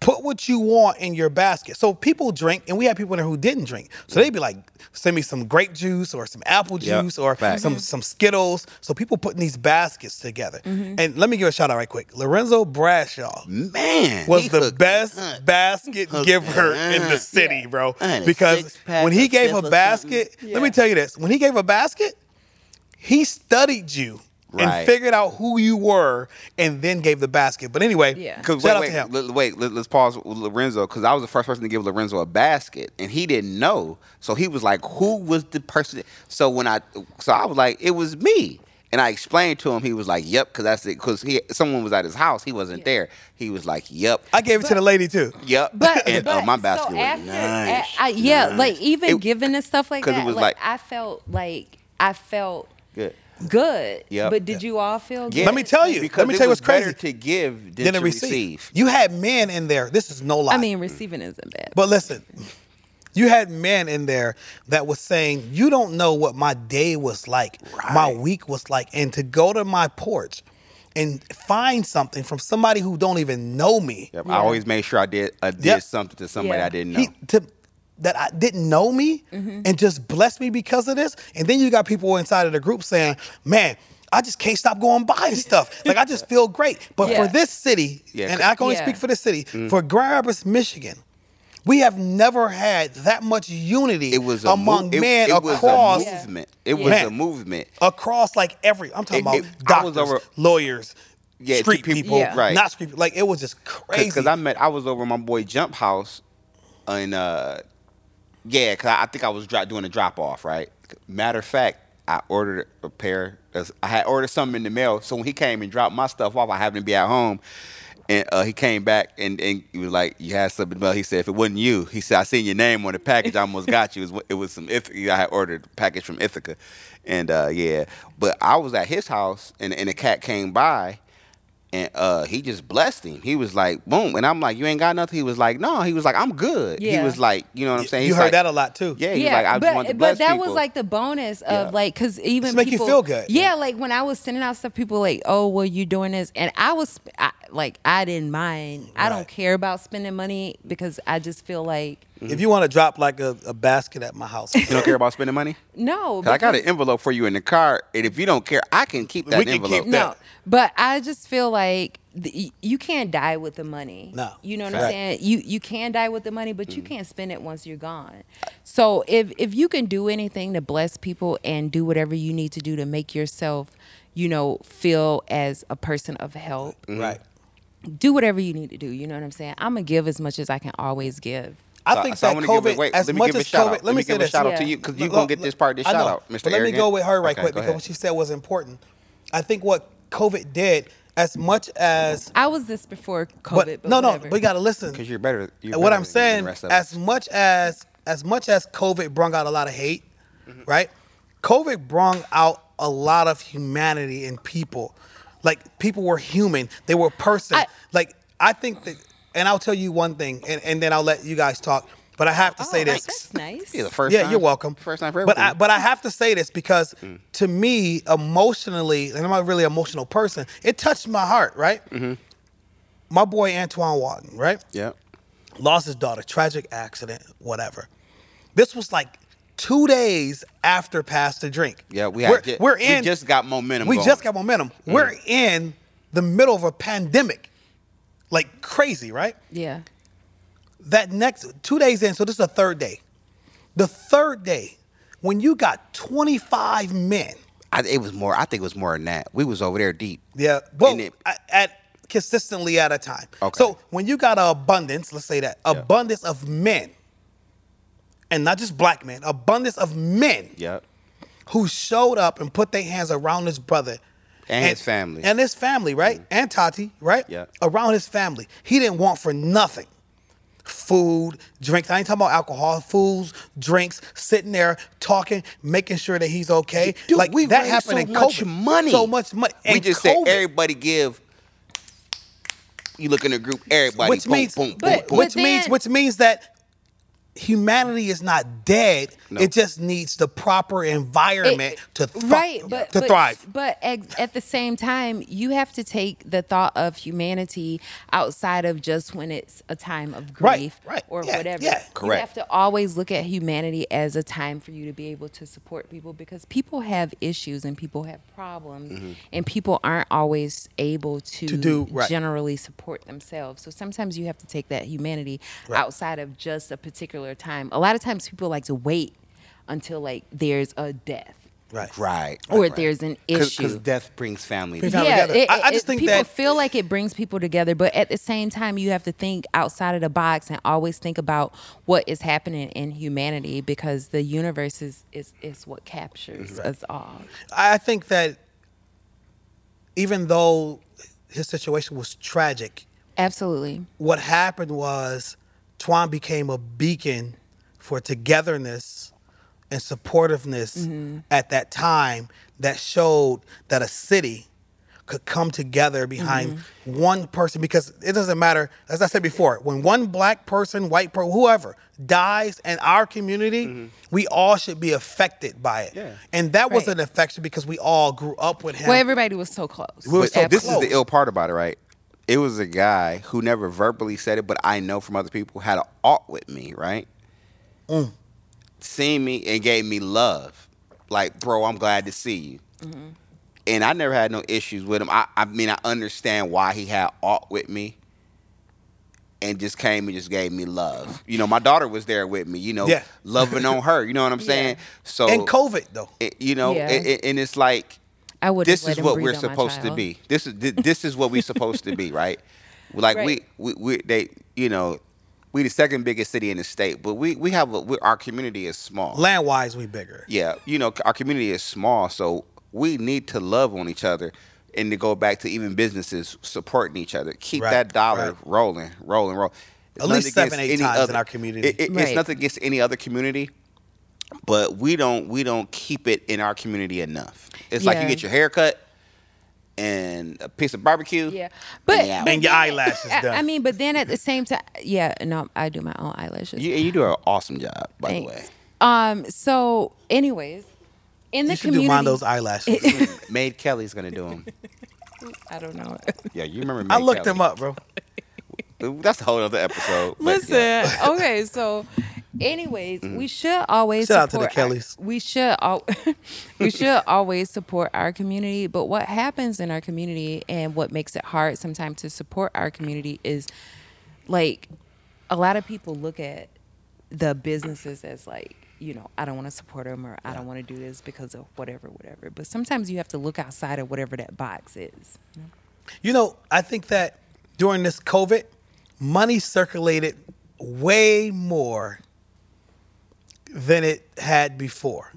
Speaker 2: Put what you want in your basket. So people drink, and we had people in there who didn't drink. So they'd be like, send me some grape juice or some apple
Speaker 3: Yep.
Speaker 2: juice or
Speaker 3: Facts. Mm-hmm.
Speaker 2: some some Skittles. So people putting these baskets together.
Speaker 3: Mm-hmm.
Speaker 2: And let me give a shout out right quick. Lorenzo Bradshaw
Speaker 3: Man,
Speaker 2: was
Speaker 3: he
Speaker 2: the
Speaker 3: hooked me
Speaker 2: best
Speaker 3: up.
Speaker 2: basket giver in the city, bro.
Speaker 3: I had a
Speaker 2: Because
Speaker 3: six-pack
Speaker 2: when he
Speaker 3: of
Speaker 2: gave
Speaker 3: Sip
Speaker 2: a
Speaker 3: or
Speaker 2: basket,
Speaker 3: something.
Speaker 2: let me tell you this: when he gave a basket, he studied you.
Speaker 3: Right.
Speaker 2: and figured out who you were and then gave the basket. But anyway,
Speaker 4: Yeah.
Speaker 2: shout
Speaker 3: Because wait,
Speaker 2: out
Speaker 3: wait,
Speaker 2: to him.
Speaker 3: l- wait let, us pause with Lorenzo because I was the first person to give Lorenzo a basket, and he didn't know, so he was like, "Who was the person?" So when I, so I was like, "It was me," and I explained to him. He was like, "Yep," because that's it. Because he, someone was at his house, he wasn't there. He was like, "Yep,
Speaker 2: I gave it to the lady too.
Speaker 3: yep,"
Speaker 4: But,
Speaker 3: and
Speaker 4: but
Speaker 3: uh, my
Speaker 4: so
Speaker 3: basket was
Speaker 4: after-
Speaker 3: nice.
Speaker 4: I, I- yeah, like even
Speaker 3: It-
Speaker 4: giving and stuff like
Speaker 3: 'cause
Speaker 4: that.
Speaker 3: it was
Speaker 4: like,
Speaker 3: like-
Speaker 4: I felt like I felt
Speaker 3: Good.
Speaker 4: good.
Speaker 3: Yep.
Speaker 4: But did you all feel good?
Speaker 3: Yeah.
Speaker 2: Let me tell you.
Speaker 3: Because
Speaker 2: let me
Speaker 3: it
Speaker 2: tell you
Speaker 3: was
Speaker 2: what's crazy.
Speaker 3: Better to give than,
Speaker 2: Than
Speaker 3: to
Speaker 2: to
Speaker 3: receive.
Speaker 2: You had men in there. This is no lie.
Speaker 4: I mean, receiving isn't bad.
Speaker 2: But listen, you had men in there that was saying, You don't know what my day was like, my
Speaker 3: Right.
Speaker 2: week was like. And to go to my porch and find something from somebody who don't even know me.
Speaker 3: Yep, I always made sure I did I did
Speaker 2: Yep.
Speaker 3: something to somebody
Speaker 4: Yeah.
Speaker 3: I didn't know.
Speaker 2: He, to, that I didn't know me
Speaker 3: Mm-hmm.
Speaker 2: and just blessed me because of this. And then you got people inside of the group saying, Man, I just can't stop going by and stuff. Like I just feel great. But
Speaker 4: Yeah.
Speaker 2: for this city,
Speaker 3: Yeah, Mm.
Speaker 2: and
Speaker 3: c-
Speaker 2: I can only
Speaker 4: Yeah.
Speaker 2: speak for the city, for Grand Rapids, Michigan, we have never had that much unity
Speaker 3: it was a
Speaker 2: among
Speaker 3: move- it-
Speaker 2: men
Speaker 3: it,
Speaker 2: across
Speaker 3: was a movement. It was
Speaker 2: Man.
Speaker 3: a movement.
Speaker 2: across like every I'm talking
Speaker 3: It-
Speaker 2: about
Speaker 3: it- I was
Speaker 2: doctors,
Speaker 3: over-
Speaker 2: lawyers,
Speaker 3: Yeah,
Speaker 2: street
Speaker 3: people-
Speaker 2: people,
Speaker 4: Yeah.
Speaker 3: right.
Speaker 2: not street people. Like it was just crazy.
Speaker 3: because I met I was over at my boy Jump House, and uh, yeah, because I, I think I was dri doing a drop off. Right. Matter of fact, I ordered a pair. of- I had ordered something in the mail, so when he came and dropped my stuff off, I happened to be at home. And uh, he came back and, and he was like, "You had something." Well, he said, "If it wasn't you, he said, I seen your name on the package. I almost got you. It was, it was some Ithaca. I had ordered a package from Ithaca, and uh, yeah. But I was at his house, and and a cat came by, and uh, he just blessed him. He was like, boom. And I'm like, you ain't got nothing? He was like, no. He was like, I'm good. He
Speaker 4: Yeah.
Speaker 3: was like, you know what I'm saying?
Speaker 2: you
Speaker 3: He's
Speaker 2: heard
Speaker 3: like-
Speaker 2: that a lot too.
Speaker 3: Yeah, he was like, I
Speaker 4: but
Speaker 3: just wanted to bless
Speaker 4: but that was
Speaker 3: people.
Speaker 4: like the bonus of
Speaker 3: Yeah.
Speaker 4: like because even
Speaker 2: make you
Speaker 4: people-
Speaker 2: feel good.
Speaker 4: Yeah, like when I was sending out stuff, people like, oh, well, you doing this, and I was I, like, I didn't mind. I don't
Speaker 2: Right.
Speaker 4: care about spending money because I just feel like
Speaker 2: If you want to drop like a, a basket at my house,
Speaker 3: you don't care about spending money?
Speaker 4: no.
Speaker 3: 'Cause I got
Speaker 4: because-
Speaker 3: an envelope for you in the car, and if you don't care, I can keep that
Speaker 2: We can keep that.
Speaker 3: envelope.
Speaker 4: No, but I just feel like the, you can't die with the money.
Speaker 2: No. Mm.
Speaker 4: you know what
Speaker 2: Right.
Speaker 4: I'm saying. You you can die with the money, but you can't spend it once you're gone. So if if you can do anything to bless people and do whatever you need to do to make yourself, you know, feel as a person of help,
Speaker 2: right?
Speaker 3: Mm-hmm.
Speaker 2: Mm.
Speaker 4: do whatever you need to do. You know what I'm saying. I'm gonna give as much as I can always give.
Speaker 2: I
Speaker 3: So-
Speaker 2: think
Speaker 3: so I
Speaker 2: that
Speaker 3: wanna give
Speaker 2: COVID,
Speaker 3: it- wait,
Speaker 2: as
Speaker 3: let me
Speaker 2: much
Speaker 3: give a
Speaker 2: as
Speaker 3: shout
Speaker 2: COVID,
Speaker 3: out.
Speaker 2: let me say
Speaker 3: give a
Speaker 2: this.
Speaker 3: shout out
Speaker 4: Yeah.
Speaker 3: to you because you're
Speaker 2: Look,
Speaker 3: gonna get
Speaker 2: look,
Speaker 3: this part. This
Speaker 2: I
Speaker 3: shout
Speaker 2: know,
Speaker 3: out, Mr.
Speaker 2: But let me
Speaker 3: Arrogant.
Speaker 2: go with her right
Speaker 3: Okay,
Speaker 2: quick
Speaker 3: go
Speaker 2: because
Speaker 3: ahead.
Speaker 2: what she said was important. I think what COVID did, as much as
Speaker 4: I was this before COVID.
Speaker 2: but,
Speaker 4: But,
Speaker 2: no, no,
Speaker 4: whatever.
Speaker 2: we got to listen.
Speaker 3: 'Cause you're better- you're
Speaker 2: And what
Speaker 3: better
Speaker 2: I'm
Speaker 3: than the
Speaker 2: saying,
Speaker 3: rest of us.
Speaker 2: as much as as much as COVID brung out a lot of hate,
Speaker 4: Mm-hmm.
Speaker 2: right? COVID brung out a lot of humanity in people. Like people were human. They were person.
Speaker 4: I-
Speaker 2: like I think that, and I'll tell you one thing, and, and then I'll let you guys talk. But I have to
Speaker 4: Oh,
Speaker 2: say this.
Speaker 4: That's nice.
Speaker 3: Yeah, the first
Speaker 2: yeah,
Speaker 3: time-
Speaker 2: you're welcome.
Speaker 3: First time for
Speaker 2: But
Speaker 3: everything. Mm.
Speaker 2: I, but I have to say this because to me, emotionally, and I'm a really emotional person, it touched my heart, right?
Speaker 3: Mm-hmm.
Speaker 2: My boy Antoine Watton, right?
Speaker 3: yep.
Speaker 2: Lost his daughter, tragic accident, whatever. This was like two days after Pass the Drink.
Speaker 3: Yeah, we
Speaker 2: we're,
Speaker 3: had ju-
Speaker 2: we're
Speaker 3: we
Speaker 2: in.
Speaker 3: just got momentum
Speaker 2: We
Speaker 3: going. Mm.
Speaker 2: just got momentum. We're in the middle of a pandemic, like crazy, right?
Speaker 4: yeah.
Speaker 2: that next two days in, so this is the third day. The third day, when you got 25 men,
Speaker 3: I, it was more. I think it was more than that. We was over there deep.
Speaker 2: yeah, well,
Speaker 3: And it-
Speaker 2: at, at consistently at a time.
Speaker 3: Okay.
Speaker 2: So when you got an abundance, let's say that abundance of men, and not just black men, abundance of men
Speaker 3: Yep.
Speaker 2: who showed up and put their hands around his brother
Speaker 3: And his family. Mm-hmm.
Speaker 2: and his family, right? And Tati, right?
Speaker 3: Yeah.
Speaker 2: Around his family, he didn't want for nothing. Food, drinks. I ain't talking about alcohol. Foods, drinks. Sitting there talking, making sure that he's okay.
Speaker 3: Dude,
Speaker 2: like
Speaker 3: we
Speaker 2: that
Speaker 3: raised
Speaker 2: happened
Speaker 3: so
Speaker 2: in
Speaker 3: much
Speaker 2: COVID.
Speaker 3: money.
Speaker 2: So much money.
Speaker 3: we
Speaker 2: And
Speaker 3: just
Speaker 2: COVID.
Speaker 3: said everybody give. You look in the group, everybody.
Speaker 2: which
Speaker 3: boom,
Speaker 2: means,
Speaker 3: boom, boom,
Speaker 4: But-
Speaker 3: boom.
Speaker 2: which
Speaker 4: then-
Speaker 2: means, which means that humanity is not dead.
Speaker 3: No.
Speaker 2: It just needs the proper environment
Speaker 4: It-
Speaker 2: to th-
Speaker 4: right, but,
Speaker 2: to
Speaker 4: but,
Speaker 2: thrive.
Speaker 4: But ex- at the same time, you have to take the thought of humanity outside of just when it's a time of
Speaker 2: Right,
Speaker 4: grief
Speaker 2: right.
Speaker 4: or
Speaker 2: Yeah,
Speaker 4: whatever.
Speaker 2: yeah.
Speaker 4: You
Speaker 3: Correct.
Speaker 4: have to always look at humanity as a time for you to be able to support people because people have issues and people have problems and people aren't always able to,
Speaker 2: Mm-hmm. To do- right.
Speaker 4: generally support themselves. So sometimes you have to take that humanity outside of just a particular time. A lot of times people like to wait until like there's a death
Speaker 2: Right.
Speaker 3: Right.
Speaker 4: Or
Speaker 3: right,
Speaker 4: there's an
Speaker 3: Because
Speaker 4: issue.
Speaker 3: death brings family.
Speaker 2: Brings
Speaker 3: together.
Speaker 2: family
Speaker 4: yeah,
Speaker 2: together.
Speaker 4: it-
Speaker 2: I- I
Speaker 4: it-
Speaker 2: just think
Speaker 4: people
Speaker 2: that-
Speaker 4: feel like it brings people together, but at the same time, you have to think outside of the box and always think about what is happening in humanity because the universe is is, is what captures us all.
Speaker 2: I think that even though his situation was tragic,
Speaker 4: Absolutely,
Speaker 2: what happened was Twan became a beacon for togetherness and supportiveness
Speaker 4: Mm-hmm.
Speaker 2: at that time that showed that a city could come together behind
Speaker 4: Mm-hmm.
Speaker 2: one person because it doesn't matter as I said before when one black person white person whoever dies in our community
Speaker 4: Mm-hmm.
Speaker 2: we all should be affected by it and that was
Speaker 4: Right.
Speaker 2: an affection because we all grew up with him
Speaker 4: well, everybody was so close.
Speaker 3: But oh, this is
Speaker 2: close.
Speaker 3: the ill part about it, right? It was a guy who never verbally said it, but I know from other people had an alt with me, right?
Speaker 2: Mm.
Speaker 3: Seeing me and gave me love. Like, bro, I'm glad to see you.
Speaker 4: Mm-hmm.
Speaker 3: And I never had no issues with him. I, I mean, I understand why he had alt with me and just came and just gave me love. You know, my daughter was there with me, you know,
Speaker 2: Yeah.
Speaker 3: loving on her. You know what I'm saying? So,
Speaker 2: and COVID though
Speaker 3: it- you know,
Speaker 4: Yeah.
Speaker 3: and, and- and it's like,
Speaker 4: I would.
Speaker 3: this is what we're supposed to be. This is thi- this is what we're supposed to be, right? Like
Speaker 4: Right.
Speaker 3: we we we they you know we the second biggest city in the state, but we we have a, we, our community is small.
Speaker 2: land wise we bigger
Speaker 3: yeah, you know our community is small, so we need to love on each other and to go back to even businesses supporting each other. Keep
Speaker 2: Right,
Speaker 3: that dollar
Speaker 2: right.
Speaker 3: rolling, rolling, rolling.
Speaker 2: At least
Speaker 3: Nothing against
Speaker 2: seven, eight
Speaker 3: any
Speaker 2: times in
Speaker 3: other-
Speaker 2: our community.
Speaker 3: It, it- It's
Speaker 4: Right.
Speaker 3: nothing against any other community, but we don't we don't keep it in our community enough. It's like you
Speaker 4: Yeah.
Speaker 3: get your hair cut and a piece of barbecue.
Speaker 4: Yeah,
Speaker 3: and
Speaker 4: but,
Speaker 3: you're out.
Speaker 4: but
Speaker 2: And your
Speaker 4: then-
Speaker 2: eyelashes
Speaker 4: I,
Speaker 2: done.
Speaker 4: I mean, but then at the same time, yeah. No, I do my own eyelashes.
Speaker 3: you, you do an awesome job, by
Speaker 4: Thanks.
Speaker 3: the way.
Speaker 4: Um. So, anyways, in the
Speaker 2: you should
Speaker 4: community,
Speaker 2: do Rondo's eyelashes
Speaker 3: Maid Kelly's gonna do them.
Speaker 4: I don't know.
Speaker 3: Yeah, you remember. Maid
Speaker 2: I looked
Speaker 3: Kelly.
Speaker 2: him up bro
Speaker 3: That's a whole other episode. but
Speaker 4: Listen,
Speaker 3: yeah.
Speaker 4: okay, so anyways, we should
Speaker 2: Mm.
Speaker 4: always
Speaker 2: Shout out to the
Speaker 4: support our-
Speaker 2: Kellys.
Speaker 4: we should al- we should always support our community, but what happens in our community and what makes it hard sometimes to support our community is like a lot of people look at the businesses as like you know i don't want to support them or i don't want to do this because of whatever whatever but sometimes you have to look outside of whatever that box is
Speaker 2: You know, I think that during this COVID, money circulated way more than it had before.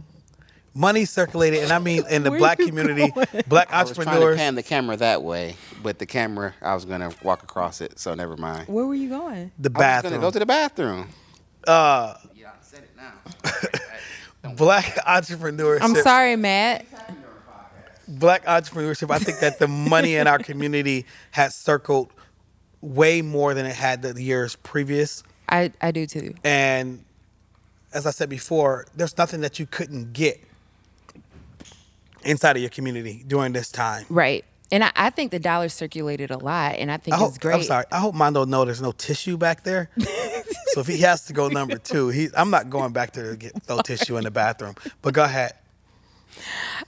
Speaker 2: Money circulated, and I mean in the black community, black
Speaker 3: I was trying to
Speaker 2: entrepreneurs.
Speaker 3: pan the camera that way, but the camera I was gonna walk across it, so never mind.
Speaker 4: where were you going
Speaker 2: The
Speaker 3: I was gonna
Speaker 2: bathroom.
Speaker 3: go to the bathroom. Uh. Yeah, I said it now.
Speaker 2: black entrepreneurship.
Speaker 4: i'm sorry matt
Speaker 2: Black entrepreneurship. I think that the money in our community has circled way more than it had the years previous.
Speaker 4: i i do too
Speaker 2: And as I said before, there's nothing that you couldn't get inside of your community during this time.
Speaker 4: Right. And I, I think the dollar circulated a lot, and I think
Speaker 2: I hope,
Speaker 4: it's great.
Speaker 2: Oh, I'm sorry. I hope Mondo know there's no tissue back there. so if he has to go number two, he, I'm not going back to get throw tissue in the bathroom. But go ahead.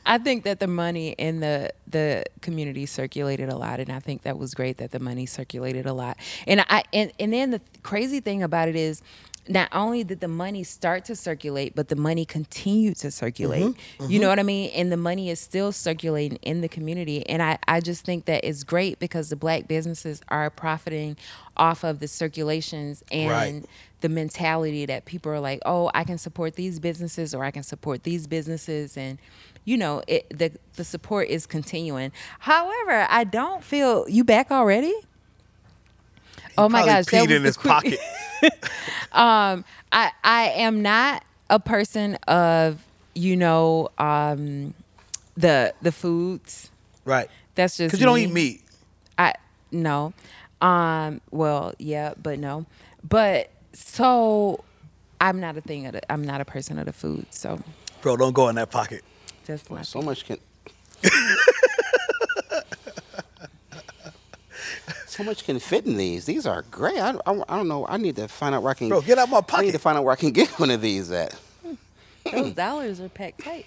Speaker 4: I think that the money in the the community circulated a lot, and I think that was great that the money circulated a lot. And I and and then the crazy thing about it is. Not only did the money start to circulate, but the money continued to circulate.
Speaker 2: Mm-hmm,
Speaker 4: You know what I mean? And the money is still circulating in the community. And I, I just think that it's great because the black businesses are profiting off of the circulations and
Speaker 2: Right.
Speaker 4: the mentality that people are like, oh, I can support these businesses or I can support these businesses. And, you know, it, the, the support is continuing. However, I don't feel you back already. oh my
Speaker 2: Probably
Speaker 4: gosh, that
Speaker 2: peed
Speaker 4: was
Speaker 2: in
Speaker 4: the
Speaker 2: his
Speaker 4: quick-
Speaker 2: pocket.
Speaker 4: I, I am not a person of, you know, um, the the foods.
Speaker 2: Right.
Speaker 4: That's just
Speaker 2: Because you don't
Speaker 4: me.
Speaker 2: eat meat.
Speaker 4: I no. Um. Well, yeah, but no. But so I'm not a thing of the, I'm not a person of the food. So
Speaker 2: Bro, don't go in that pocket.
Speaker 4: that's not.
Speaker 3: So much can. so much can fit in these. These are great. I, I, I don't know. I need to find out where I can.
Speaker 2: Bro, get out my
Speaker 3: I need to
Speaker 2: pocket.
Speaker 3: find out where I can get one of these at.
Speaker 4: Those dollars are packed tight.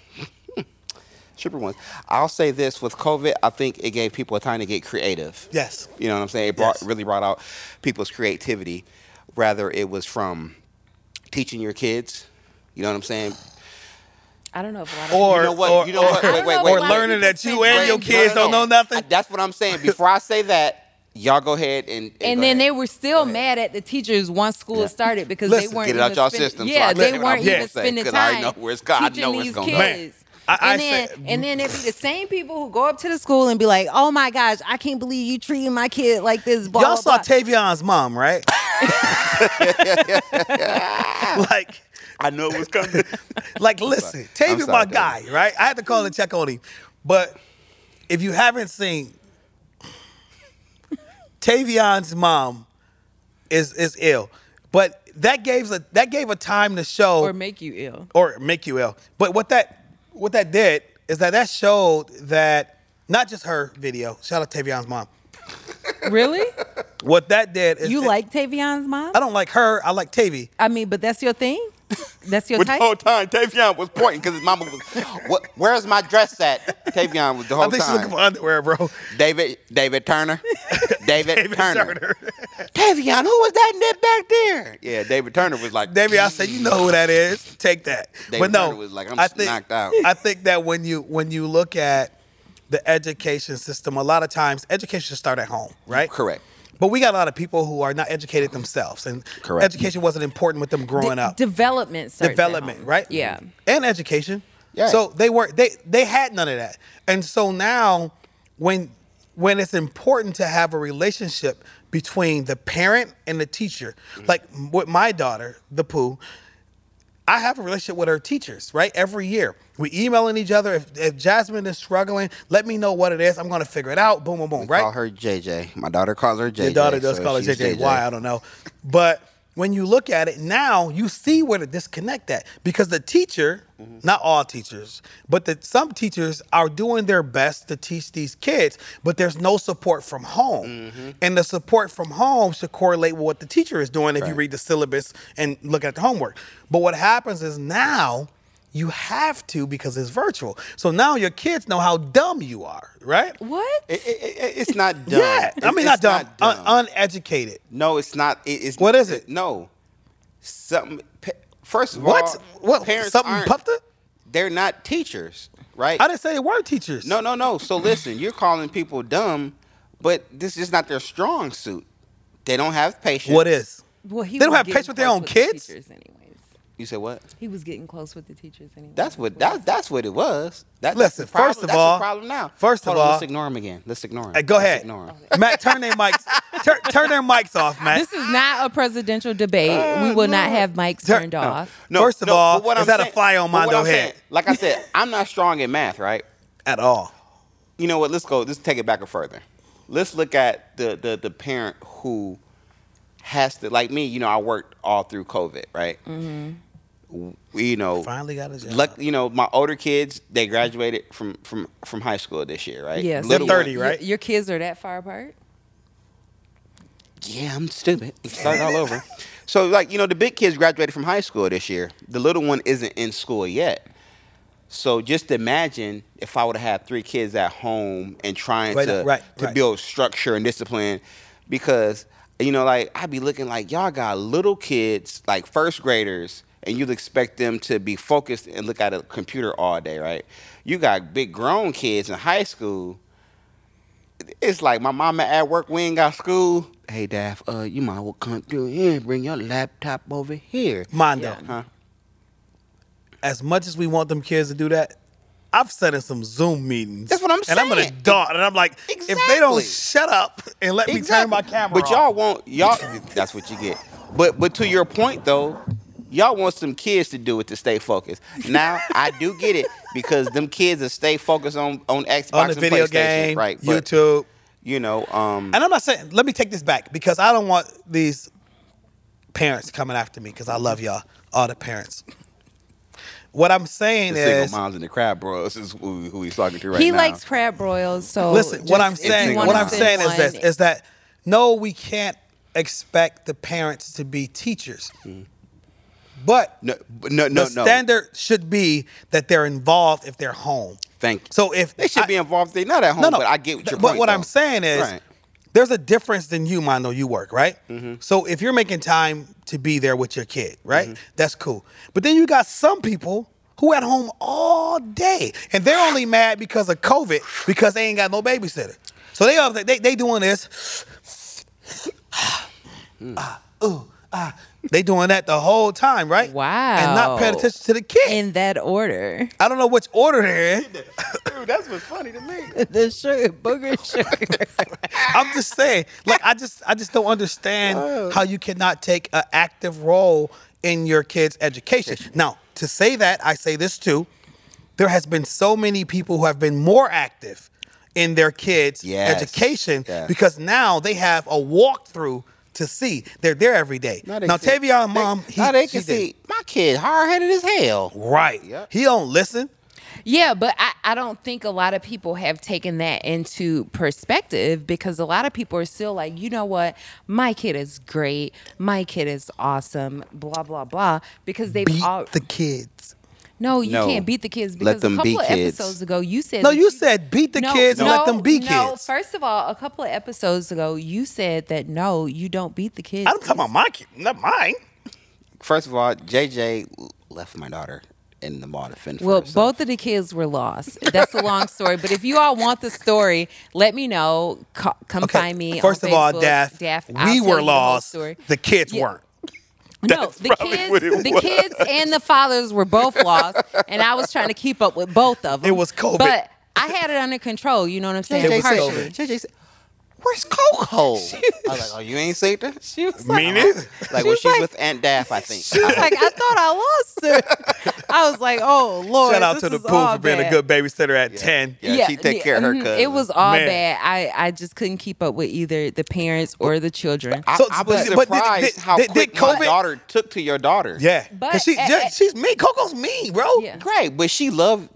Speaker 3: Stripper ones. I'll say this with COVID, I think it gave people a time to get creative.
Speaker 2: Yes.
Speaker 3: You know what I'm saying? It brought,
Speaker 2: Yes.
Speaker 3: really brought out people's creativity. Rather, it was from teaching your kids. You know what I'm saying?
Speaker 4: I don't know if a lot of
Speaker 2: Or,
Speaker 3: You know what?
Speaker 2: or,
Speaker 3: you know what?
Speaker 2: or-
Speaker 4: I
Speaker 3: Wait,
Speaker 4: don't
Speaker 3: wait,
Speaker 4: know
Speaker 3: wait.
Speaker 2: or
Speaker 4: why
Speaker 2: learning
Speaker 4: people
Speaker 2: that
Speaker 4: think
Speaker 2: you and
Speaker 4: that.
Speaker 2: your
Speaker 4: No,
Speaker 2: kids
Speaker 3: No, no,
Speaker 2: don't
Speaker 3: no.
Speaker 2: know nothing.
Speaker 3: I- that's what I'm saying. Before I say that, y'all go ahead and
Speaker 4: and
Speaker 3: go
Speaker 4: then they
Speaker 3: ahead.
Speaker 4: were still mad at the teachers once school started because
Speaker 2: Listen,
Speaker 4: they weren't
Speaker 3: get it out
Speaker 4: even
Speaker 3: y'all
Speaker 4: spending-
Speaker 3: system so I
Speaker 4: Yeah,
Speaker 3: can
Speaker 4: they
Speaker 3: say what I'm
Speaker 4: weren't even
Speaker 3: gonna say,
Speaker 4: spending
Speaker 3: 'cause I
Speaker 4: time
Speaker 3: know where it's go- I
Speaker 4: teaching
Speaker 3: know where it's
Speaker 4: these
Speaker 3: gonna go.
Speaker 2: Man,
Speaker 4: kids.
Speaker 2: I- I
Speaker 4: and then
Speaker 2: said-
Speaker 4: and then it be the same people who go up to the school and be like, "Oh my gosh, I can't believe you treating my kid like this." Blah,
Speaker 2: Y'all
Speaker 4: blah,
Speaker 2: saw
Speaker 4: blah."
Speaker 2: Tavion's mom, right? like,
Speaker 3: I know it was coming.
Speaker 2: like, listen,
Speaker 3: I'm
Speaker 2: Tavion's my
Speaker 3: sorry, Tavion.
Speaker 2: guy, right? I had to call and check on him. But if you haven't seen, Tavion's mom is is ill, but that gave a that gave a time to show
Speaker 4: or make you ill.
Speaker 2: or make you ill. But what that what that did is that that showed that not just her video. Shout out Tavion's mom.
Speaker 4: Really?
Speaker 2: What that did is
Speaker 4: You
Speaker 2: it-
Speaker 4: like Tavion's mom?
Speaker 2: I don't like her. I like Tavy.
Speaker 4: I mean, but that's your thing. That's your
Speaker 3: But the
Speaker 4: type.
Speaker 3: whole time, Tavion was pointing because his mama was, what, where's my dress at? Tavion was the whole
Speaker 2: I think she's
Speaker 3: time.
Speaker 2: looking for underwear, bro.
Speaker 3: David, David Turner. David,
Speaker 2: David
Speaker 3: Turner.
Speaker 2: Turner.
Speaker 3: Tavion, who was that in that back there? Yeah, David Turner was like,
Speaker 2: David, I said, you know who that is. Take that.
Speaker 3: David
Speaker 2: but no,
Speaker 3: Turner was like, I'm
Speaker 2: I think,
Speaker 3: knocked out.
Speaker 2: I think that when you when you look at the education system, a lot of times education should start at home, right?
Speaker 3: Correct.
Speaker 2: But we got a lot of people who are not educated themselves, and
Speaker 3: Correct.
Speaker 2: education wasn't important with them growing
Speaker 4: De-
Speaker 2: up.
Speaker 4: Development starts at
Speaker 2: development,
Speaker 4: home.
Speaker 2: right?
Speaker 4: Yeah.
Speaker 2: And education.
Speaker 3: Yeah.
Speaker 2: So they were they they had none of that. And so now when when it's important to have a relationship between the parent and the teacher,
Speaker 4: Mm.
Speaker 2: like with my daughter, the poo, I have a relationship with her teachers, right? Every year. We emailing each other. If, if Jasmine is struggling, let me know what it is. I'm gonna figure it out. Boom, boom, boom.
Speaker 3: We
Speaker 2: right?
Speaker 3: Call her JJ. My daughter calls her JJ.
Speaker 2: Your daughter does
Speaker 3: so
Speaker 2: call her
Speaker 3: she's
Speaker 2: JJ. Why I don't know, but when you look at it now, you see where to disconnect that because the teacher,
Speaker 3: Mm-hmm.
Speaker 2: not all teachers, but that some teachers are doing their best to teach these kids, but there's no support from home,
Speaker 3: Mm-hmm.
Speaker 2: and the support from home should correlate with what the teacher is doing if you
Speaker 3: Right.
Speaker 2: read the syllabus and look at the homework. But what happens is now. You have to because it's virtual. So now your kids know how dumb you are, right?
Speaker 4: What?
Speaker 3: It- it- it- it's not dumb.
Speaker 2: Yeah, I
Speaker 3: It-
Speaker 2: mean not
Speaker 3: it's
Speaker 2: dumb, Un- uneducated.
Speaker 3: No, it's not. It, it's
Speaker 2: What is it?
Speaker 3: No, something. pa- First of
Speaker 2: What?
Speaker 3: all,
Speaker 2: What?
Speaker 3: Parents
Speaker 2: Something
Speaker 3: aren't-
Speaker 2: puffed up?
Speaker 3: They're not teachers, right?
Speaker 2: I didn't say they were teachers.
Speaker 3: no, no, no. So listen, you're calling people dumb, but this is not their strong suit. They don't have patience.
Speaker 2: What is?
Speaker 4: Well, he
Speaker 2: they don't
Speaker 4: was
Speaker 2: have
Speaker 4: getting
Speaker 2: patience with their
Speaker 4: close
Speaker 2: own
Speaker 4: the
Speaker 2: kids.
Speaker 4: teachers anyways.
Speaker 3: You said what?
Speaker 4: He was getting close with the teachers anyways.
Speaker 3: That's what that, that's what it was. That,
Speaker 2: Listen,
Speaker 3: that's the problem.
Speaker 2: first of
Speaker 3: that's
Speaker 2: all-
Speaker 3: the problem now.
Speaker 2: first of
Speaker 3: Hold on,
Speaker 2: all-
Speaker 3: let's ignore him again. Let's ignore him.
Speaker 2: Hey, go
Speaker 3: Let's
Speaker 2: ahead.
Speaker 3: Ignore him.
Speaker 2: Matt, turn their mics. Tur- turn their mics off, Matt.
Speaker 4: This is not a presidential debate. we will not have mics
Speaker 2: Tur-
Speaker 4: turned
Speaker 2: Uh, no.
Speaker 4: off.
Speaker 2: First of all,
Speaker 3: but what
Speaker 2: is
Speaker 3: I'm
Speaker 2: that a
Speaker 3: saying-
Speaker 2: fly on
Speaker 3: but what
Speaker 2: Mondo
Speaker 3: I'm saying-
Speaker 2: head?
Speaker 3: like I said, I'm not strong in math, right?
Speaker 2: At all.
Speaker 3: you know what? Let's go. Let's take it back a further. Let's look at the the the parent who has to like me. You know, I worked all through COVID, right? W- You know,
Speaker 2: Mm-hmm. Finally got a job.
Speaker 3: Luck, you know, my older kids they graduated from from from high school this year, right?
Speaker 4: Yeah, so
Speaker 3: Little
Speaker 2: They're 30,
Speaker 3: one-
Speaker 4: your-
Speaker 2: right?
Speaker 4: Your, kids are that far apart.
Speaker 3: Yeah, I'm stupid. Start all over. So like you know, the big kids graduated from high school this year. The little one isn't in school yet. So just imagine if I would have had three kids at home and trying
Speaker 2: Right,
Speaker 3: to
Speaker 2: right,
Speaker 3: to
Speaker 2: right.
Speaker 3: build structure and discipline, because you know, like I'd be looking like y'all got little kids, like first graders, and you'd expect them to be focused and look at a computer all day, right? You got big grown kids in high school it's like my mama at work, we ain't got school. Hey, Daph, uh, you might well come through here and bring your laptop over here.
Speaker 2: Mondo.
Speaker 4: Yeah.
Speaker 3: Huh?
Speaker 2: As much as we want them kids to do that, I've sat in some Zoom meetings.
Speaker 3: That's what I'm
Speaker 2: And I'm an
Speaker 3: saying.
Speaker 2: adult, and I'm like, if they don't
Speaker 3: Exactly.
Speaker 2: shut up and let me turn my camera
Speaker 3: But y'all
Speaker 2: off.
Speaker 3: want y'all. that's what you get. But but to your point though, y'all want some kids to do it to stay focused. Now I do get it because them kids will stay focused on on Xbox
Speaker 2: on the
Speaker 3: and
Speaker 2: video
Speaker 3: PlayStation,
Speaker 2: game,
Speaker 3: right? But,
Speaker 2: YouTube.
Speaker 3: You know, um,
Speaker 2: And I'm not saying, let me take this back because I don't want these parents coming after me because I love y'all, all the parents. What I'm saying
Speaker 3: the single
Speaker 2: is,
Speaker 3: moms in the crowd, bro. This is who, who he's talking to right
Speaker 4: he
Speaker 3: now.
Speaker 4: likes crab broils. So
Speaker 2: listen, what
Speaker 4: Oh, just
Speaker 2: I'm
Speaker 4: if you
Speaker 2: saying,
Speaker 4: wanna
Speaker 2: what I'm
Speaker 4: send
Speaker 2: saying is this,
Speaker 4: one-
Speaker 2: is that no, we can't expect the parents to be teachers. But
Speaker 3: Mm. No, but no, no,
Speaker 2: the
Speaker 3: no.
Speaker 2: standard should be that they're involved if they're home.
Speaker 3: Thank you.
Speaker 2: So if
Speaker 3: They should
Speaker 2: I-
Speaker 3: be involved. They're not at home, but I get what
Speaker 2: Th-
Speaker 3: your
Speaker 2: But
Speaker 3: point,
Speaker 2: what I'm
Speaker 3: though.
Speaker 2: saying is,
Speaker 3: Right. Mm-hmm.
Speaker 2: there's a difference than you, Mondo. You work, right? So
Speaker 3: Mm-hmm.
Speaker 2: if you're making time to be there with your kid, right? That's cool. But then you got some people who at home all day, and they're only mad because of COVID because they ain't got no babysitter. So they up there- they they doing this.
Speaker 3: Mm.
Speaker 2: Ah, ooh, ah. They doing that the whole time, right?
Speaker 4: Wow.
Speaker 2: And not paying attention to the kid.
Speaker 4: in that order.
Speaker 2: I don't know which order they're in.
Speaker 3: Dude, that's what's funny to me.
Speaker 5: the sugar, booger sugar.
Speaker 2: I'm just saying, like I just I just don't understand
Speaker 3: Oh.
Speaker 2: how you cannot take an active role in your kids' education. Now, to say that, I say this too. There has been so many people who have been more active in their kids'
Speaker 3: Yes.
Speaker 2: education
Speaker 3: Yeah.
Speaker 2: because now they have a walkthrough to see. They're there every day.
Speaker 3: Now they
Speaker 2: now,
Speaker 3: can-
Speaker 2: Tavion, mom,
Speaker 3: now they
Speaker 2: she did-
Speaker 3: can see my kid hard headed as hell.
Speaker 2: right.
Speaker 3: Yep.
Speaker 2: He don't listen.
Speaker 4: Yeah, but I, I don't think a lot of people have taken that into perspective because a lot of people are still like, you know what, my kid is great, my kid is awesome, blah blah blah, because they've
Speaker 2: Beat
Speaker 4: all
Speaker 2: the kids.
Speaker 4: no, you
Speaker 3: No.
Speaker 4: can't beat the kids
Speaker 3: Let
Speaker 4: because
Speaker 3: them
Speaker 4: a couple
Speaker 3: be
Speaker 4: of
Speaker 3: kids.
Speaker 4: episodes ago you said
Speaker 2: No,
Speaker 4: that
Speaker 2: you said beat the kids and let them be
Speaker 4: no,
Speaker 2: kids.
Speaker 4: First of all, a couple of episodes ago you said that no, you don't beat the kids.
Speaker 2: I'm talking about my kid, not mine.
Speaker 3: First of all, JJ left my daughter in the mall to fend for
Speaker 4: Well,
Speaker 3: herself.
Speaker 4: both of the kids were lost. That's a long story. But if you all want the story, let me know. Co- come
Speaker 2: Okay,
Speaker 4: find me.
Speaker 2: First
Speaker 4: on
Speaker 2: of all,
Speaker 4: Facebook.
Speaker 2: Daph,
Speaker 4: Daph, I'll
Speaker 2: we were
Speaker 4: tell you the whole
Speaker 2: lost. The,
Speaker 4: story.
Speaker 2: kids
Speaker 4: Yeah.
Speaker 2: weren't.
Speaker 4: No, the kids, the kids and the fathers were both lost, and I was trying to keep up with both of them.
Speaker 2: It was COVID.
Speaker 4: but I had it under control. You know what I'm saying?
Speaker 2: was
Speaker 4: Partially.
Speaker 2: COVID.
Speaker 3: JJ said, "Where's Coco?" I was like, "Oh, you ain't seen her."
Speaker 4: She was
Speaker 2: Me
Speaker 4: like,
Speaker 2: neither.
Speaker 3: Like when
Speaker 5: She's
Speaker 3: she's
Speaker 5: like-
Speaker 3: with Aunt Daff, I think.
Speaker 5: She was like, I thought I lost her. I was like, oh Lord.
Speaker 2: Shout out
Speaker 5: this
Speaker 2: to the
Speaker 5: is
Speaker 2: pool
Speaker 5: all
Speaker 2: for being a
Speaker 5: bad.
Speaker 2: good babysitter at ten.
Speaker 3: Yeah, she take care of her
Speaker 4: mhm.
Speaker 3: cousin.
Speaker 4: It was all
Speaker 2: Man.
Speaker 4: bad. I, I just couldn't keep up with either the parents or the children.
Speaker 3: I,
Speaker 2: So-
Speaker 3: I was
Speaker 2: but- but
Speaker 3: surprised
Speaker 2: did- did-
Speaker 3: how
Speaker 2: did-
Speaker 3: quick
Speaker 2: did
Speaker 3: my
Speaker 2: COVID-
Speaker 3: daughter took to your daughter.
Speaker 2: Yeah,
Speaker 4: But
Speaker 2: because she
Speaker 4: at-
Speaker 2: just-
Speaker 4: at-
Speaker 2: she's mean. Coco's mean, bro.
Speaker 4: Yeah.
Speaker 3: great, but she loved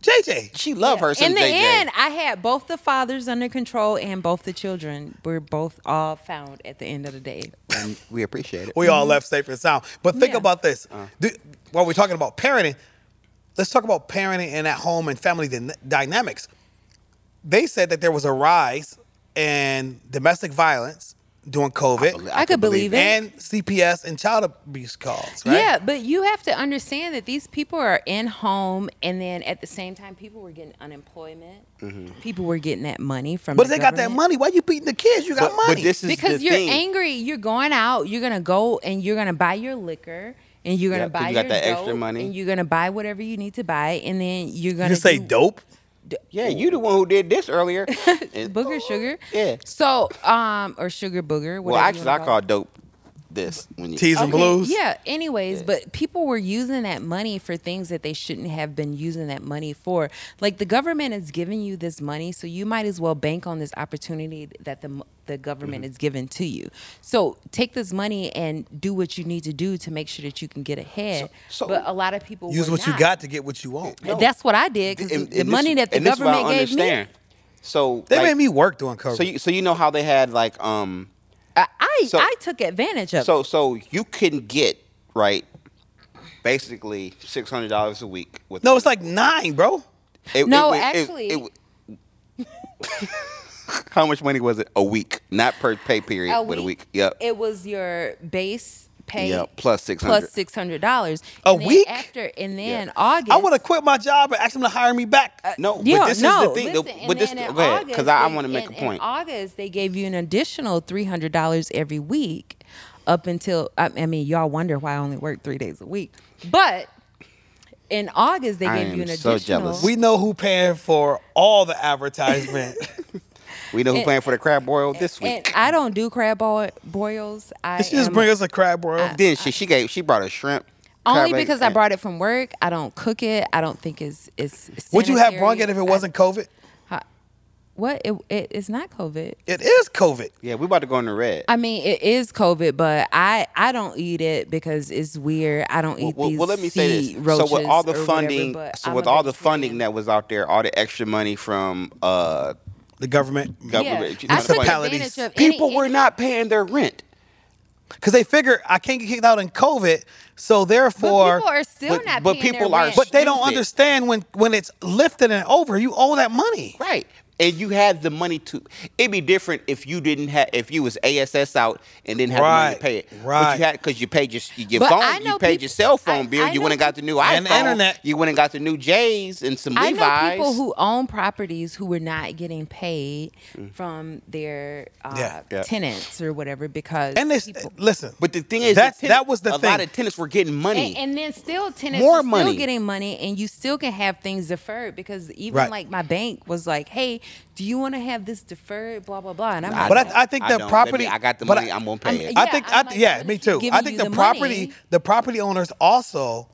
Speaker 2: JJ,
Speaker 3: she loved her. Some
Speaker 4: In the
Speaker 3: JJ.
Speaker 4: end, I had both the fathers under control and both the children were both all found at the end of the day.
Speaker 3: and we appreciate it.
Speaker 2: we all left safe and sound. But think
Speaker 4: Mm-hmm. Yeah.
Speaker 2: about this:
Speaker 4: Uh.
Speaker 2: Do- while we're talking about parenting, let's talk about parenting and at home and family dyna- dynamics. They said that there was a rise in domestic violence during COVID
Speaker 4: I could believe it.
Speaker 2: and CPS and child abuse calls. Right?
Speaker 4: Yeah, but you have to understand that these people are in home, and then at the same time, people were getting unemployment.
Speaker 3: Mm-hmm.
Speaker 4: People were getting that money from.
Speaker 2: But
Speaker 4: the
Speaker 2: they got that
Speaker 4: government.
Speaker 2: money. Why you beating the kids? You got
Speaker 3: But,
Speaker 2: money.
Speaker 3: but this is
Speaker 4: because
Speaker 3: the
Speaker 4: you're
Speaker 3: thing.
Speaker 4: angry. You're going out. You're gonna go and you're gonna buy your liquor. And you're gonna
Speaker 3: Yep, 'cause
Speaker 4: buy
Speaker 3: you got
Speaker 4: your
Speaker 3: that extra
Speaker 4: dope,
Speaker 3: money.
Speaker 4: and you're gonna buy whatever you need to buy, and then you're gonna
Speaker 2: you say
Speaker 4: do-
Speaker 2: dope.
Speaker 3: Yeah, you the one who did this earlier. And- oh,
Speaker 4: booger sugar.
Speaker 3: Yeah.
Speaker 4: So, um, or sugar booger.
Speaker 3: Well,
Speaker 4: whatever you
Speaker 3: actually,
Speaker 4: wanna
Speaker 3: I
Speaker 4: it.
Speaker 3: call dope this when you
Speaker 2: Tease 'em.
Speaker 4: Okay,
Speaker 2: blues.
Speaker 4: Yeah. Anyways, but people were using that money for things that they shouldn't have been using that money for. Like the government is giving you this money, so you might as well bank on this opportunity that the the government
Speaker 3: Mm-hmm.
Speaker 4: is giving to you. So take this money and do what you need to do to make sure that you can get ahead.
Speaker 3: So- so-
Speaker 4: but a lot of people
Speaker 2: Use
Speaker 4: were
Speaker 2: what you
Speaker 4: not.
Speaker 2: got to get what you want.
Speaker 4: That's what I did because
Speaker 3: And-
Speaker 4: Oh, the
Speaker 3: and
Speaker 4: money
Speaker 3: this,
Speaker 4: that the
Speaker 3: and this is what I
Speaker 4: government gave me,
Speaker 3: understand. So
Speaker 2: They
Speaker 3: like,
Speaker 2: made me work doing COVID.
Speaker 3: So you, so you know how they had like um
Speaker 4: I I,
Speaker 3: So-
Speaker 4: I took advantage of. it.
Speaker 3: so so you can get right basically six hundred dollars a week with
Speaker 2: no, it's like nine, bro.
Speaker 3: It-
Speaker 4: No,
Speaker 3: it- it-
Speaker 4: actually-
Speaker 3: it- how much money was it a week? Not per pay period, but a week. Yep.
Speaker 4: It was your base pay.
Speaker 3: Yep, plus 600.
Speaker 4: Plus six hundred dollars
Speaker 2: A week?
Speaker 4: after, and then
Speaker 3: Yeah.
Speaker 4: August.
Speaker 2: I would have quit my job and asked them to hire me back.
Speaker 3: no,
Speaker 4: Yeah,
Speaker 3: but this
Speaker 4: no,
Speaker 3: is the thing. though-
Speaker 4: listen,
Speaker 3: but
Speaker 4: and
Speaker 3: this,
Speaker 4: then in
Speaker 3: go ahead, because I, I
Speaker 4: August,
Speaker 3: want to make
Speaker 4: in-
Speaker 3: a point.
Speaker 4: In August, they gave you an additional three hundred dollars every week, up until I, I mean, y'all wonder why I only work three days a week, but in August they
Speaker 3: I
Speaker 4: gave
Speaker 3: am
Speaker 4: you an
Speaker 3: so
Speaker 4: additional.
Speaker 3: jealous.
Speaker 2: We know who paying for all the advertisement.
Speaker 3: we know who
Speaker 4: and-
Speaker 3: playing for the crab boil this
Speaker 4: and
Speaker 3: week.
Speaker 4: I don't do crab boil, boils. I
Speaker 2: she just
Speaker 4: am-
Speaker 2: bring us a crab boil.
Speaker 3: then she she gave she brought a shrimp.
Speaker 4: only
Speaker 3: crab leg,
Speaker 4: because I
Speaker 3: and-
Speaker 4: brought it from work. I don't cook it. I don't think it's it's.
Speaker 2: Would you have brung it if
Speaker 4: sanitary.
Speaker 2: it wasn't COVID?
Speaker 4: What? It, it, it's not COVID.
Speaker 2: It is COVID.
Speaker 3: Yeah, we about to go in the red.
Speaker 4: I mean, it is COVID, but I I don't eat it because it's weird. I don't eat
Speaker 3: well,
Speaker 4: these
Speaker 3: well, let me say
Speaker 4: sea
Speaker 3: this. So with
Speaker 4: roaches
Speaker 3: all the
Speaker 4: or whatever,
Speaker 3: funding,
Speaker 4: but
Speaker 3: so
Speaker 4: I'm
Speaker 3: with
Speaker 4: a
Speaker 3: all the
Speaker 4: vegetarian.
Speaker 3: funding that was out there, all the extra money from uh,
Speaker 2: The government.
Speaker 3: government,
Speaker 4: yeah, I took
Speaker 2: municipalities.
Speaker 4: advantage of any-
Speaker 3: people were
Speaker 4: any-
Speaker 3: not paying their rent.
Speaker 2: Because they figure I can't get kicked out in COVID, so
Speaker 4: But
Speaker 2: therefore.
Speaker 4: people are still
Speaker 3: but-
Speaker 4: not.
Speaker 3: but
Speaker 4: paying their
Speaker 3: people are-
Speaker 4: rent.
Speaker 2: but they don't
Speaker 3: Stupid.
Speaker 2: understand when when it's lifted and over, you owe that money.
Speaker 3: Right. and you had the money to. It'd be different if you didn't have if you was ass out and didn't have the money
Speaker 2: Right,
Speaker 3: to pay it. But
Speaker 2: right.
Speaker 3: you had because you paid your your
Speaker 4: But I
Speaker 3: phone,
Speaker 4: know
Speaker 3: you paid
Speaker 4: peop-
Speaker 3: your cell phone
Speaker 4: I-
Speaker 3: bill.
Speaker 4: I
Speaker 3: you
Speaker 4: know
Speaker 3: went and got the new
Speaker 2: And the
Speaker 3: iPhone.
Speaker 2: internet.
Speaker 3: You went and got the new J's and some
Speaker 4: I
Speaker 3: Levi's.
Speaker 4: know people who own properties who were not getting paid from their uh,
Speaker 2: Yeah.
Speaker 3: Mm. Yeah.
Speaker 4: tenants or whatever because
Speaker 2: And this,
Speaker 4: people-
Speaker 2: listen,
Speaker 3: But the thing is,
Speaker 2: That's-
Speaker 3: the
Speaker 2: that was the
Speaker 3: a lot
Speaker 2: thing.
Speaker 3: of tenants were getting money.
Speaker 4: And, and then still tenants
Speaker 3: More
Speaker 4: are still
Speaker 3: money.
Speaker 4: getting money, and you still can have things deferred because even
Speaker 2: Right.
Speaker 4: like my bank was like, "Hey, do you want to have this deferred?" Blah blah blah. And I'm like,
Speaker 2: But I-
Speaker 3: don't.
Speaker 2: I think that
Speaker 3: don't. Let
Speaker 2: property-
Speaker 3: me- I got the
Speaker 2: but
Speaker 3: money.
Speaker 2: I-
Speaker 3: I'm gonna pay
Speaker 4: I'm-
Speaker 3: it.
Speaker 4: yeah,
Speaker 2: I think, I,
Speaker 4: I'm like,
Speaker 2: yeah,
Speaker 4: I'm
Speaker 2: me
Speaker 4: just
Speaker 2: too.
Speaker 4: giving
Speaker 2: I
Speaker 4: you
Speaker 2: think the,
Speaker 4: the
Speaker 2: property,
Speaker 4: money.
Speaker 2: the property owners also,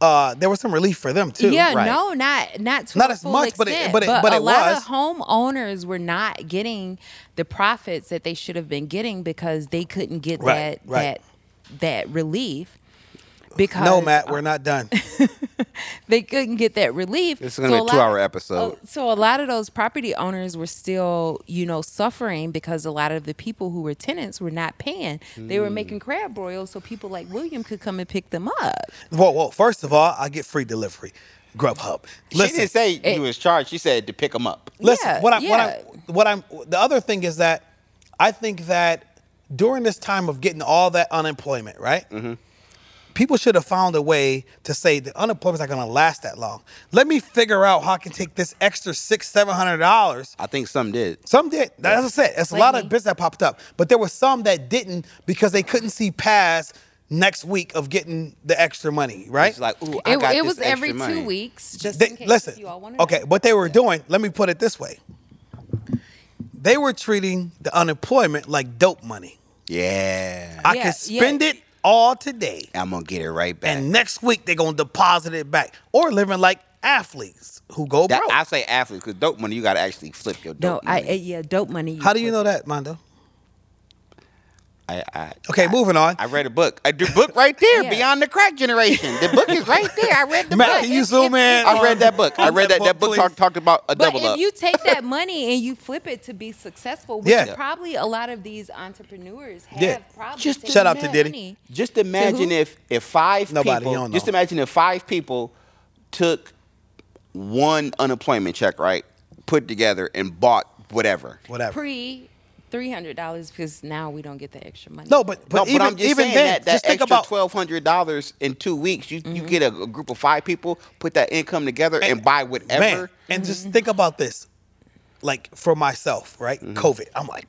Speaker 2: uh, there was some relief for them too.
Speaker 4: Yeah,
Speaker 3: Right.
Speaker 4: no, not not to
Speaker 2: Not
Speaker 4: a
Speaker 2: as
Speaker 4: full
Speaker 2: much, but it-
Speaker 4: extent,
Speaker 2: but it- but
Speaker 4: a
Speaker 2: it
Speaker 4: lot
Speaker 2: was.
Speaker 4: of homeowners were not getting the profits that they should have been getting because they couldn't get
Speaker 2: Right,
Speaker 4: that
Speaker 2: right.
Speaker 4: that that relief because
Speaker 2: No, Matt, we're not done.
Speaker 4: they couldn't get that relief.
Speaker 3: This is gonna be a
Speaker 4: lot-
Speaker 3: two-hour episode.
Speaker 4: oh, so a lot of those property owners were still, you know, suffering because a lot of the people who were tenants were not paying. They were
Speaker 2: Mm.
Speaker 4: making crab broils so people like William could come and pick them up.
Speaker 2: whoa, whoa. First of all, I get free delivery, Grubhub. Listen,
Speaker 3: she didn't say you was charged. She said to pick them up.
Speaker 2: Listen,
Speaker 4: Yeah,
Speaker 2: what I'm,
Speaker 4: yeah.
Speaker 2: what I'm, what I'm, the other thing is that I think that during this time of getting all that unemployment, right?
Speaker 3: Mm-hmm.
Speaker 2: People should have found a way to say the unemployment's not going to last that long. Let me figure out how I can take this extra six, seven hundred dollars.
Speaker 3: I think some did.
Speaker 2: Some did. That's what I said. It's a lot of
Speaker 4: me.
Speaker 2: business that popped up, but there were some that didn't because they couldn't see past next week of getting the extra money, right?
Speaker 3: It's like, ooh, I
Speaker 4: It,
Speaker 3: got
Speaker 4: it
Speaker 3: this
Speaker 4: was
Speaker 3: extra
Speaker 4: every
Speaker 3: money.
Speaker 4: two weeks. Just
Speaker 2: They-
Speaker 4: in case
Speaker 2: listen,
Speaker 4: you all wanted
Speaker 2: okay, what they were doing, let me put it this way. They were treating the unemployment like dope money.
Speaker 3: Yeah,
Speaker 2: I
Speaker 4: Yeah,
Speaker 2: can
Speaker 4: yeah.
Speaker 2: spend it all today,
Speaker 3: I'm gonna get it right back.
Speaker 2: and next week they're gonna deposit it back. Or living like athletes who go
Speaker 3: That-
Speaker 2: broke.
Speaker 3: I say athlete because dope money, you gotta actually flip your
Speaker 4: No,
Speaker 3: dope
Speaker 4: I,
Speaker 3: money.
Speaker 4: yeah, dope money.
Speaker 2: How do you
Speaker 4: flip
Speaker 2: know that, Mondo?
Speaker 3: I, I,
Speaker 2: Okay, moving on.
Speaker 3: I read a book. I do book right there,
Speaker 4: Yeah.
Speaker 3: Beyond the Crack Generation. The book is right there. I read the
Speaker 2: Matt,
Speaker 3: book.
Speaker 2: can you zoom in?
Speaker 3: I read that book. I
Speaker 2: on
Speaker 3: read that. That book
Speaker 2: please?
Speaker 3: talk, talked about a
Speaker 4: But
Speaker 3: double
Speaker 4: if
Speaker 3: up.
Speaker 4: you take that money and you flip it to be successful, which
Speaker 2: Yeah.
Speaker 4: probably a lot of these entrepreneurs have
Speaker 2: Yeah.
Speaker 4: probably
Speaker 3: Just
Speaker 4: taken
Speaker 2: shout out to
Speaker 4: that
Speaker 2: Diddy.
Speaker 4: money.
Speaker 3: Just imagine
Speaker 4: who?
Speaker 3: if if five
Speaker 2: Nobody, you
Speaker 3: people.
Speaker 2: don't
Speaker 3: Just
Speaker 2: know.
Speaker 3: imagine if five people took one unemployment check, right, put together and bought whatever.
Speaker 2: Whatever.
Speaker 4: pre three hundred dollars because now we don't get the extra money.
Speaker 2: no, but but
Speaker 3: no,
Speaker 2: even,
Speaker 3: but I'm just
Speaker 2: even
Speaker 3: saying
Speaker 2: then,
Speaker 3: that, that
Speaker 2: just think
Speaker 3: extra
Speaker 2: about
Speaker 3: twelve hundred dollars in two weeks. You
Speaker 4: Mm-hmm.
Speaker 3: you get a, a group of five people, put that income together, and, buy whatever.
Speaker 2: Man, and just think about this. Like for myself, right?
Speaker 3: Mm-hmm.
Speaker 2: COVID. I'm like,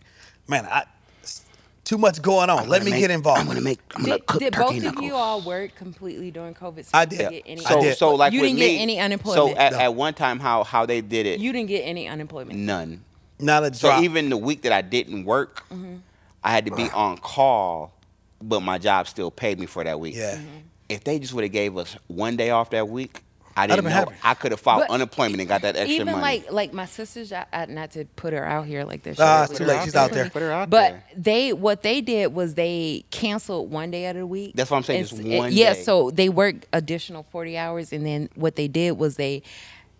Speaker 2: man, I s- too much going on. Let me get involved.
Speaker 3: I'm gonna make. I'm gonna
Speaker 4: did,
Speaker 3: cook
Speaker 4: did
Speaker 3: turkey
Speaker 4: both of you
Speaker 3: knuckles.
Speaker 4: all work completely during COVID? So
Speaker 2: I
Speaker 4: you didn't
Speaker 2: did.
Speaker 4: Get any
Speaker 2: I
Speaker 3: So
Speaker 2: did.
Speaker 3: so like
Speaker 4: you
Speaker 3: with
Speaker 4: didn't
Speaker 3: me,
Speaker 4: get any
Speaker 3: So
Speaker 4: unemployment.
Speaker 3: at,
Speaker 2: No.
Speaker 3: at one time, how how they did it,
Speaker 4: you didn't get any unemployment.
Speaker 3: none.
Speaker 2: Not a
Speaker 3: So
Speaker 2: drop.
Speaker 3: even the week that I didn't work, I had to be on call, but my job still paid me for that week.
Speaker 2: Yeah.
Speaker 4: Mm-hmm.
Speaker 2: Mhm.
Speaker 3: If they just would have gave us one day off that week, I
Speaker 2: I'd have
Speaker 3: didn't know.
Speaker 2: been happy.
Speaker 3: I could have filed
Speaker 4: But
Speaker 3: unemployment and got that extra
Speaker 4: Even
Speaker 3: money.
Speaker 4: like like my sisters, I, I, not to put her out here like this.
Speaker 2: Nah,
Speaker 4: should I
Speaker 2: it's
Speaker 4: put
Speaker 2: too
Speaker 4: her
Speaker 2: late. She's out there.
Speaker 3: Put her out
Speaker 4: but
Speaker 3: there.
Speaker 4: they what they did was they canceled one day out of the week.
Speaker 3: That's what I'm saying,
Speaker 4: And
Speaker 3: just
Speaker 4: s- and-
Speaker 3: one
Speaker 4: Yeah,
Speaker 3: day.
Speaker 4: so they worked additional forty hours, and then what they did was they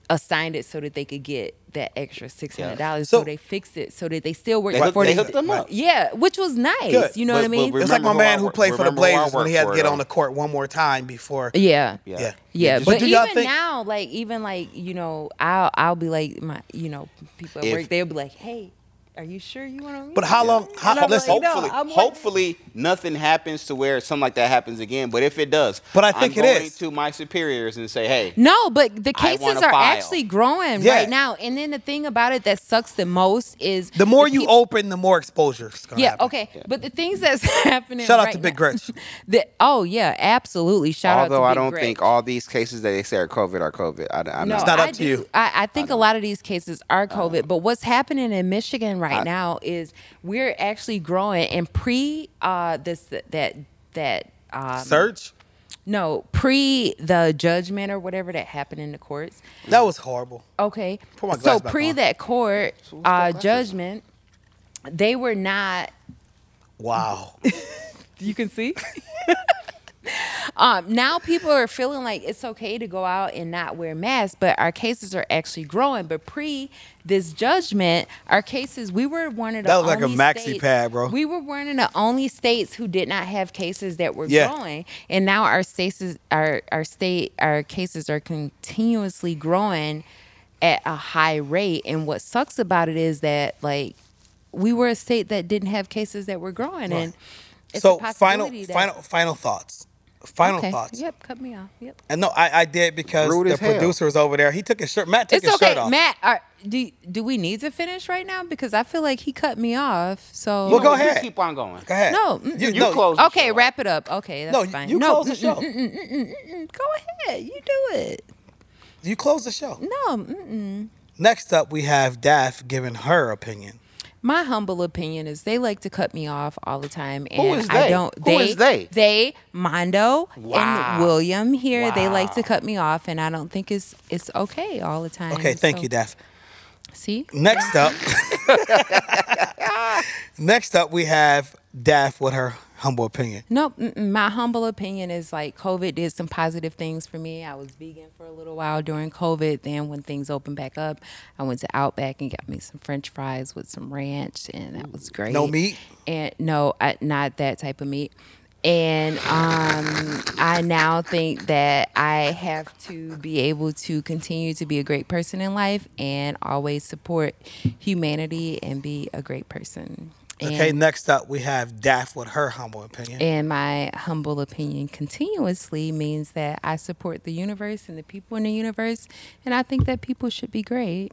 Speaker 4: assigned it so that they could get that extra six hundred dollars.
Speaker 2: So-
Speaker 4: so they fixed it so that they still worked
Speaker 3: they, hooked,
Speaker 4: forty.
Speaker 3: they hooked them up.
Speaker 4: Yeah, which was nice.
Speaker 2: Good.
Speaker 4: You know
Speaker 3: But-
Speaker 4: what I
Speaker 3: but
Speaker 4: mean?
Speaker 3: we're-
Speaker 2: it's like my
Speaker 3: remember who
Speaker 2: man
Speaker 3: I
Speaker 2: who
Speaker 3: work-
Speaker 2: played for the
Speaker 3: remember who I
Speaker 2: Blazers when he had to
Speaker 3: work
Speaker 2: get
Speaker 3: for,
Speaker 2: on the court one more time before.
Speaker 4: yeah.
Speaker 3: Yeah.
Speaker 2: Yeah.
Speaker 4: Yeah,
Speaker 3: Just-
Speaker 4: but
Speaker 2: do y'all
Speaker 4: even
Speaker 2: think-
Speaker 4: now, like even like you know, I'll I'll be like my you know people at
Speaker 3: If-
Speaker 4: work they'll be like, hey, are you sure you want to? meet
Speaker 2: But how
Speaker 4: me?"
Speaker 2: long? How,
Speaker 4: And I'm
Speaker 2: listen,
Speaker 4: like, no,
Speaker 3: hopefully,
Speaker 4: I'm like-
Speaker 3: hopefully nothing happens to where something like that happens again. But if it does,
Speaker 2: But I think it
Speaker 3: I'm going
Speaker 2: is.
Speaker 3: to my superiors and say, hey,
Speaker 4: No, but the
Speaker 3: I
Speaker 4: cases
Speaker 3: wanna
Speaker 4: are
Speaker 3: file.
Speaker 4: actually growing
Speaker 2: Yeah.
Speaker 4: right now. And then the thing about it that sucks the most is
Speaker 2: the more you
Speaker 4: peop-
Speaker 2: open, the more exposure.
Speaker 4: Yeah, okay. But the things that's happening.
Speaker 2: Shout out
Speaker 4: right
Speaker 2: to Big
Speaker 4: now-
Speaker 2: Gretch.
Speaker 4: the, oh yeah, absolutely. Shout out.
Speaker 3: although
Speaker 4: to
Speaker 3: I
Speaker 4: Big
Speaker 3: don't
Speaker 4: Gretch.
Speaker 3: think all these cases that they say are COVID are COVID. I, I
Speaker 4: No,
Speaker 3: know.
Speaker 2: not up
Speaker 4: I
Speaker 2: to
Speaker 4: do-
Speaker 2: you. Uh-huh.
Speaker 4: I, I think a lot of these cases are COVID, but what's happening in Michigan right now is we're actually growing. And pre uh, this that that um,
Speaker 2: Search.
Speaker 4: no pre the judgment or whatever that happened in the courts.
Speaker 2: That was horrible.
Speaker 4: Okay.
Speaker 2: Put my
Speaker 4: So
Speaker 2: glass back
Speaker 4: pre
Speaker 2: on.
Speaker 4: that court
Speaker 3: what's
Speaker 4: uh,
Speaker 3: that glass
Speaker 4: judgment, they were not.
Speaker 2: Wow.
Speaker 4: You can see. um, now people are feeling like it's okay to go out and not wear masks, but our cases are actually growing. But pre this judgment, our cases we were one of the
Speaker 2: That was like a
Speaker 4: only
Speaker 2: maxi
Speaker 4: states-
Speaker 2: pad, bro.
Speaker 4: We were one of the only states who did not have cases that were
Speaker 2: Yeah.
Speaker 4: growing, and now our states is- our our state our cases are continuously growing at a high rate. And what sucks about it is that like we were a state that didn't have cases that were growing, and it's
Speaker 2: so
Speaker 4: a
Speaker 2: final,
Speaker 4: possibility that-
Speaker 2: final, final thoughts. Final
Speaker 4: Okay.
Speaker 2: thoughts.
Speaker 4: Yep, cut me off. Yep.
Speaker 2: And no, I, I did because
Speaker 3: Rude
Speaker 2: the
Speaker 3: as hell.
Speaker 2: producer was over there. He took his shirt. Matt took
Speaker 4: It's
Speaker 2: his
Speaker 4: okay,
Speaker 2: shirt off.
Speaker 4: Matt. Are, do do we need to finish right now? Because I feel like he cut me off. So
Speaker 2: Well, go
Speaker 3: You
Speaker 2: ahead.
Speaker 3: keep on going.
Speaker 2: Go ahead.
Speaker 4: No, mm,
Speaker 2: you,
Speaker 4: mm.
Speaker 3: You
Speaker 2: no,
Speaker 3: close. the
Speaker 4: Okay,
Speaker 3: show.
Speaker 4: wrap it up. Okay, that's
Speaker 2: No,
Speaker 4: fine.
Speaker 2: you
Speaker 4: no,
Speaker 2: close the
Speaker 4: mm,
Speaker 2: show.
Speaker 4: mm, mm, mm, mm, mm, mm. Go ahead, you do it.
Speaker 2: You close the show.
Speaker 4: No, mm-mm.
Speaker 2: Next up, we have Daff giving her opinion.
Speaker 4: my humble opinion is they like to cut me off all the time, and
Speaker 3: is
Speaker 4: I
Speaker 3: they?
Speaker 4: don't.
Speaker 3: Who
Speaker 4: They
Speaker 3: is they?
Speaker 4: they Mondo
Speaker 3: Wow.
Speaker 4: and William here. They like to cut me off, and I don't think it's it's okay all the time.
Speaker 2: Okay, thank
Speaker 4: So,
Speaker 2: you, Daff.
Speaker 4: See,
Speaker 2: Next up, next up, we have Daff with her humble opinion.
Speaker 4: No, mm-mm. my humble opinion is like COVID did some positive things for me. I was vegan for a little while during COVID. Then when things opened back up, I went to Outback and got me some French fries with some ranch, and that was great.
Speaker 2: No meat?
Speaker 4: and no, I, not that type of meat. And um, I now think that I have to be able to continue to be a great person in life and always support humanity and be a great person.
Speaker 2: Okay,
Speaker 4: And-
Speaker 2: next up, we have Daff with her humble opinion.
Speaker 4: and my humble opinion continuously means that I support the universe and the people in the universe, and I think that people should be great.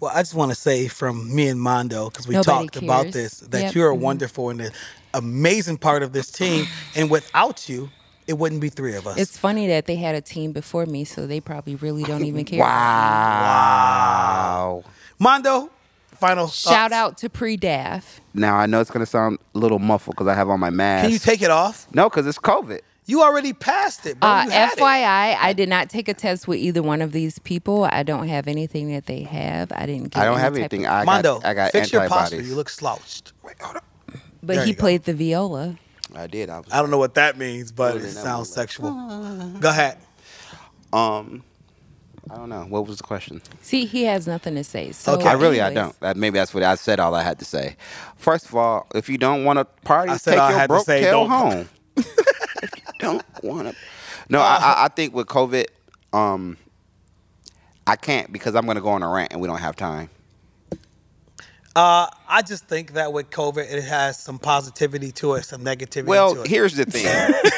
Speaker 2: Well, I just want to say from me and Mondo because we
Speaker 4: Nobody
Speaker 2: talked about
Speaker 4: cares.
Speaker 2: this that
Speaker 4: Yep.
Speaker 2: you are
Speaker 4: Mhm.
Speaker 2: wonderful and an amazing part of this team. and without you, it wouldn't be three of us.
Speaker 4: It's funny that they had a team before me, so they probably really don't even care.
Speaker 3: Wow.
Speaker 2: Mondo, final
Speaker 4: Shout
Speaker 2: thoughts.
Speaker 4: out to Pre Daff.
Speaker 3: Now I know it's gonna sound a little muffled because I have on my mask.
Speaker 2: Can you take it off?
Speaker 3: no, because it's COVID.
Speaker 2: You already passed it, bro.
Speaker 4: Uh,
Speaker 2: You had it.
Speaker 4: FYI, I did not take a test with either one of these people. I don't have anything that they have. I didn't. Get
Speaker 3: I don't
Speaker 4: any
Speaker 3: have
Speaker 4: type of-
Speaker 3: anything. I
Speaker 2: Mondo,
Speaker 3: got I got
Speaker 2: fix your posture.
Speaker 3: antibodies.
Speaker 2: You look slouched.
Speaker 4: but
Speaker 2: There
Speaker 4: he
Speaker 2: you go.
Speaker 4: played the viola.
Speaker 3: I did. I was
Speaker 2: I don't know what that means, but
Speaker 3: Really, Ah.
Speaker 2: it
Speaker 3: that
Speaker 2: sounds
Speaker 3: was like-
Speaker 2: sexual. Go ahead.
Speaker 3: um I don't know. What was the question?
Speaker 4: See, he has nothing to say. So
Speaker 2: Okay.
Speaker 3: I really I
Speaker 4: anyways.
Speaker 3: don't. That, maybe that's what I said all I had to say. First of all, if you don't want to party,
Speaker 2: I said
Speaker 3: take
Speaker 2: all I
Speaker 3: your
Speaker 2: had to
Speaker 3: broke
Speaker 2: say,
Speaker 3: tail
Speaker 2: don't-
Speaker 3: home. if you don't want to No, I, I I think with COVID, um I can't because I'm gonna go on a rant and we don't have time.
Speaker 2: Uh, I just think that with COVID, it has some positivity to it, some negativity to
Speaker 3: Well,
Speaker 2: it.
Speaker 3: here's the thing.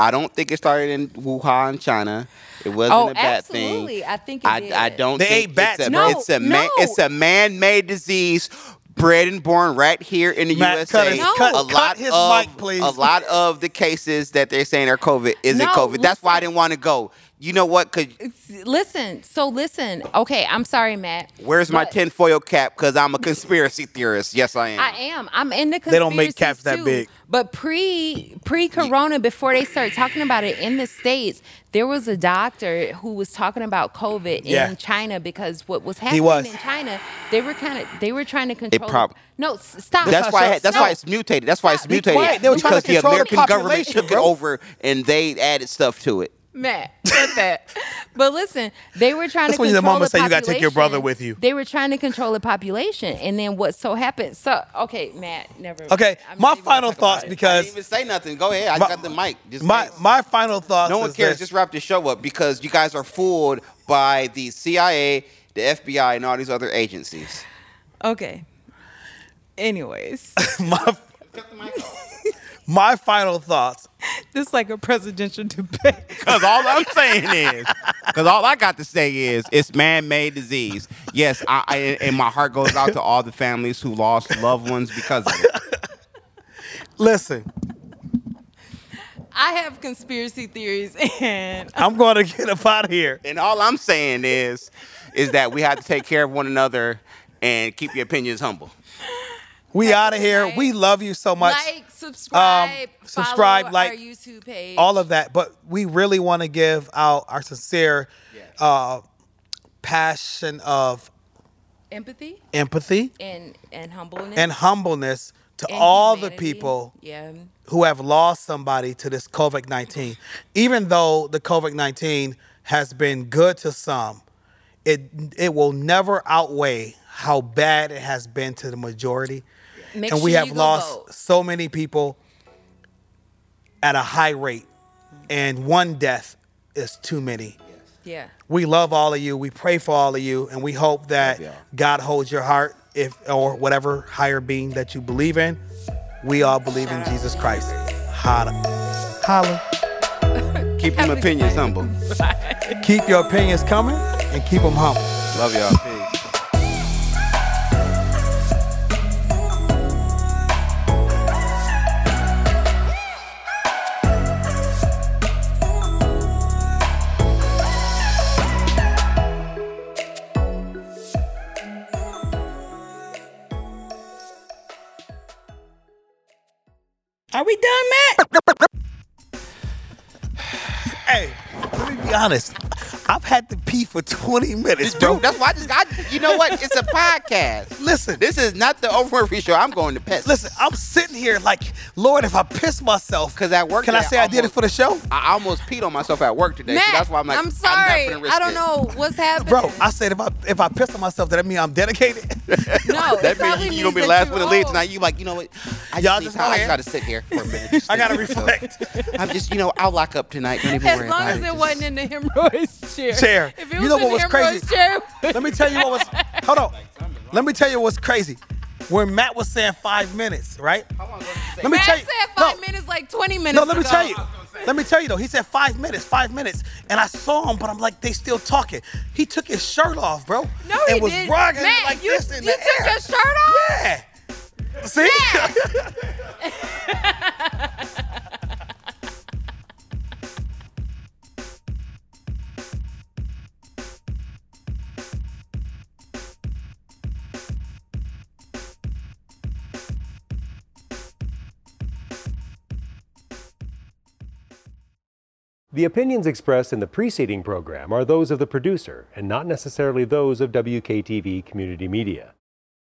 Speaker 3: I don't think it started in Wuhan, China. It wasn't
Speaker 4: Oh,
Speaker 3: a bad
Speaker 4: absolutely.
Speaker 3: thing.
Speaker 4: I think it did.
Speaker 3: I, I don't.
Speaker 2: They
Speaker 3: think
Speaker 2: ate bats,
Speaker 3: It's a,
Speaker 4: bro.
Speaker 3: it's a man.
Speaker 4: No,
Speaker 3: It's a man-made disease. Bred and born right here in the
Speaker 2: Matt,
Speaker 3: USA.
Speaker 2: cut his- No. cut-
Speaker 3: a
Speaker 2: cut
Speaker 3: lot
Speaker 2: his
Speaker 3: of
Speaker 2: mic, please.
Speaker 3: a lot of the cases that they're saying are COVID isn't
Speaker 4: No,
Speaker 3: COVID. That's why I didn't want to go. You know what? Cause
Speaker 4: Listen. So listen. Okay, I'm sorry, Matt.
Speaker 3: where's my
Speaker 4: But-
Speaker 3: tinfoil cap? Cause I'm a conspiracy theorist. Yes, I am.
Speaker 4: I am. I'm into conspiracies
Speaker 2: They don't make caps that
Speaker 4: too.
Speaker 2: big.
Speaker 4: But pre pre Corona, before they started talking about it in the states, there was a doctor who was talking about COVID
Speaker 2: Yeah.
Speaker 4: in China because what was happening
Speaker 2: was.
Speaker 4: in China, they were kind of they were trying to control.
Speaker 3: prob-
Speaker 4: no, s- stop.
Speaker 3: That's why. That's
Speaker 4: No.
Speaker 3: why it's mutated. That's why it's
Speaker 2: Be
Speaker 3: mutated.
Speaker 2: quiet. They were trying to
Speaker 3: because the
Speaker 2: control the
Speaker 3: American government
Speaker 2: population,
Speaker 3: took
Speaker 2: bro.
Speaker 3: it over and they added stuff to it.
Speaker 4: Matt, get that. but listen, they were trying
Speaker 2: That's
Speaker 4: to
Speaker 2: when
Speaker 4: control
Speaker 2: your mama
Speaker 4: the
Speaker 2: say you
Speaker 4: population.
Speaker 2: gotta take your brother with you.
Speaker 4: They were trying to control the population, and then what so happened? So okay, Matt, never.
Speaker 2: Okay,
Speaker 4: I'm
Speaker 2: my
Speaker 4: not even
Speaker 2: final
Speaker 4: gonna talk about
Speaker 2: thoughts
Speaker 4: it.
Speaker 3: I didn't
Speaker 2: because
Speaker 3: even say nothing. Go ahead. I
Speaker 2: My-
Speaker 3: got the mic. Just
Speaker 2: my
Speaker 3: dance.
Speaker 2: my final thoughts.
Speaker 3: no one
Speaker 2: is
Speaker 3: cares.
Speaker 2: this.
Speaker 3: Just wrap the show up because you guys are fooled by the CIA, the FBI, and all these other agencies.
Speaker 5: Okay. Anyways,
Speaker 2: my
Speaker 3: Cut the mic off.
Speaker 2: my final thoughts.
Speaker 5: this is like a presidential debate.
Speaker 3: Because all I'm saying is, because all I got to say is, it's man-made disease. Yes, I, I and my heart goes out to all the families who lost loved ones because of it.
Speaker 2: Listen,
Speaker 5: I have conspiracy theories and
Speaker 2: I'm going to get up out of here.
Speaker 3: And all I'm saying is, is that we have to take care of one another and keep your opinions humble.
Speaker 2: We out of here. We love you so much. Um,
Speaker 4: like, subscribe,
Speaker 2: subscribe,
Speaker 4: follow
Speaker 2: like,
Speaker 4: our YouTube page.
Speaker 2: all of that, but we really want to give out our sincere uh, passion of
Speaker 4: empathy
Speaker 2: empathy
Speaker 4: and and humbleness
Speaker 2: and humbleness to
Speaker 4: and
Speaker 2: all the
Speaker 4: humanity.
Speaker 2: people
Speaker 4: Yeah,
Speaker 2: who have lost somebody to this COVID 19. Even though the COVID 19 has been good to some, it, it will never outweigh how bad it has been to the majority.
Speaker 4: Make
Speaker 2: and we
Speaker 4: sure
Speaker 2: have
Speaker 4: you go
Speaker 2: lost
Speaker 4: vote.
Speaker 2: so many people at a high rate, and one death is too many.
Speaker 4: Yeah.
Speaker 2: We love all of you. We pray for all of you, and we hope that
Speaker 3: Love y'all.
Speaker 2: God holds your heart, if or whatever higher being that you believe in. We all believe in Jesus Christ. Holla, holla.
Speaker 3: Keep them opinions humble.
Speaker 2: Keep your opinions coming, and keep them humble.
Speaker 3: Love y'all. Peace.
Speaker 2: Are we done, Matt? hey, let me be honest. I've had to pee for 20 minutes, bro.
Speaker 3: Dude, that's why I just got. You know what? It's a podcast.
Speaker 2: Listen.
Speaker 3: this is not the over Murphy show. I'm going to piss.
Speaker 2: Listen, I'm sitting here like, Lord, if I piss myself,
Speaker 3: 'Cause at work
Speaker 2: can I
Speaker 3: today,
Speaker 2: say I did it
Speaker 3: almost-
Speaker 2: for the show?
Speaker 3: I almost peed on myself at work today, so that's why I'm like,
Speaker 4: I'm
Speaker 3: not
Speaker 4: sorry.
Speaker 3: finna risk
Speaker 4: I don't
Speaker 3: it.
Speaker 4: know what's happening.
Speaker 2: Bro, I said if I if I piss on myself, does that mean I'm dedicated?
Speaker 4: no, it
Speaker 3: That
Speaker 4: probably
Speaker 3: means
Speaker 4: means
Speaker 3: you're gonna be
Speaker 4: that
Speaker 3: the last
Speaker 4: you
Speaker 3: one to leave
Speaker 4: old.
Speaker 3: tonight. You like, you know what? I
Speaker 2: Y'all
Speaker 3: need
Speaker 2: just
Speaker 3: time.
Speaker 2: hold
Speaker 3: I
Speaker 2: hands.
Speaker 3: just gotta sit here for a minute. Just
Speaker 2: I gotta
Speaker 3: think. So,
Speaker 2: reflect.
Speaker 3: I'm just, you know, I'll lock up tonight. Don't even
Speaker 4: As
Speaker 3: worry
Speaker 4: long
Speaker 3: about
Speaker 4: as it
Speaker 3: Just-
Speaker 4: wasn't in the hemorrhoids chair.
Speaker 2: Chair.
Speaker 4: If it
Speaker 2: You
Speaker 4: was
Speaker 2: know
Speaker 4: in
Speaker 2: what
Speaker 4: the
Speaker 2: was crazy?
Speaker 4: hemorrhoids chair,
Speaker 2: Let me tell you what was. Hold on. Let me tell you what's crazy. When Matt was saying five minutes, right? Let me
Speaker 4: Brad
Speaker 2: tell you.
Speaker 4: said
Speaker 2: no,
Speaker 4: five minutes, like 20 minutes.
Speaker 2: No, let me
Speaker 4: ago.
Speaker 2: tell you. Let me tell you though. He said five minutes, five minutes, and I saw him, but I'm like, they still talking. He took his shirt off, bro.
Speaker 4: No,
Speaker 2: and
Speaker 4: he
Speaker 2: was
Speaker 4: didn't.
Speaker 2: rocking it
Speaker 4: Matt,
Speaker 2: like
Speaker 4: you,
Speaker 2: this in
Speaker 4: you
Speaker 2: the
Speaker 4: took
Speaker 2: air.
Speaker 4: your shirt off?
Speaker 2: Yeah. See?
Speaker 1: The opinions expressed in the preceding program are those of the producer and not necessarily those of WKTV Community Media.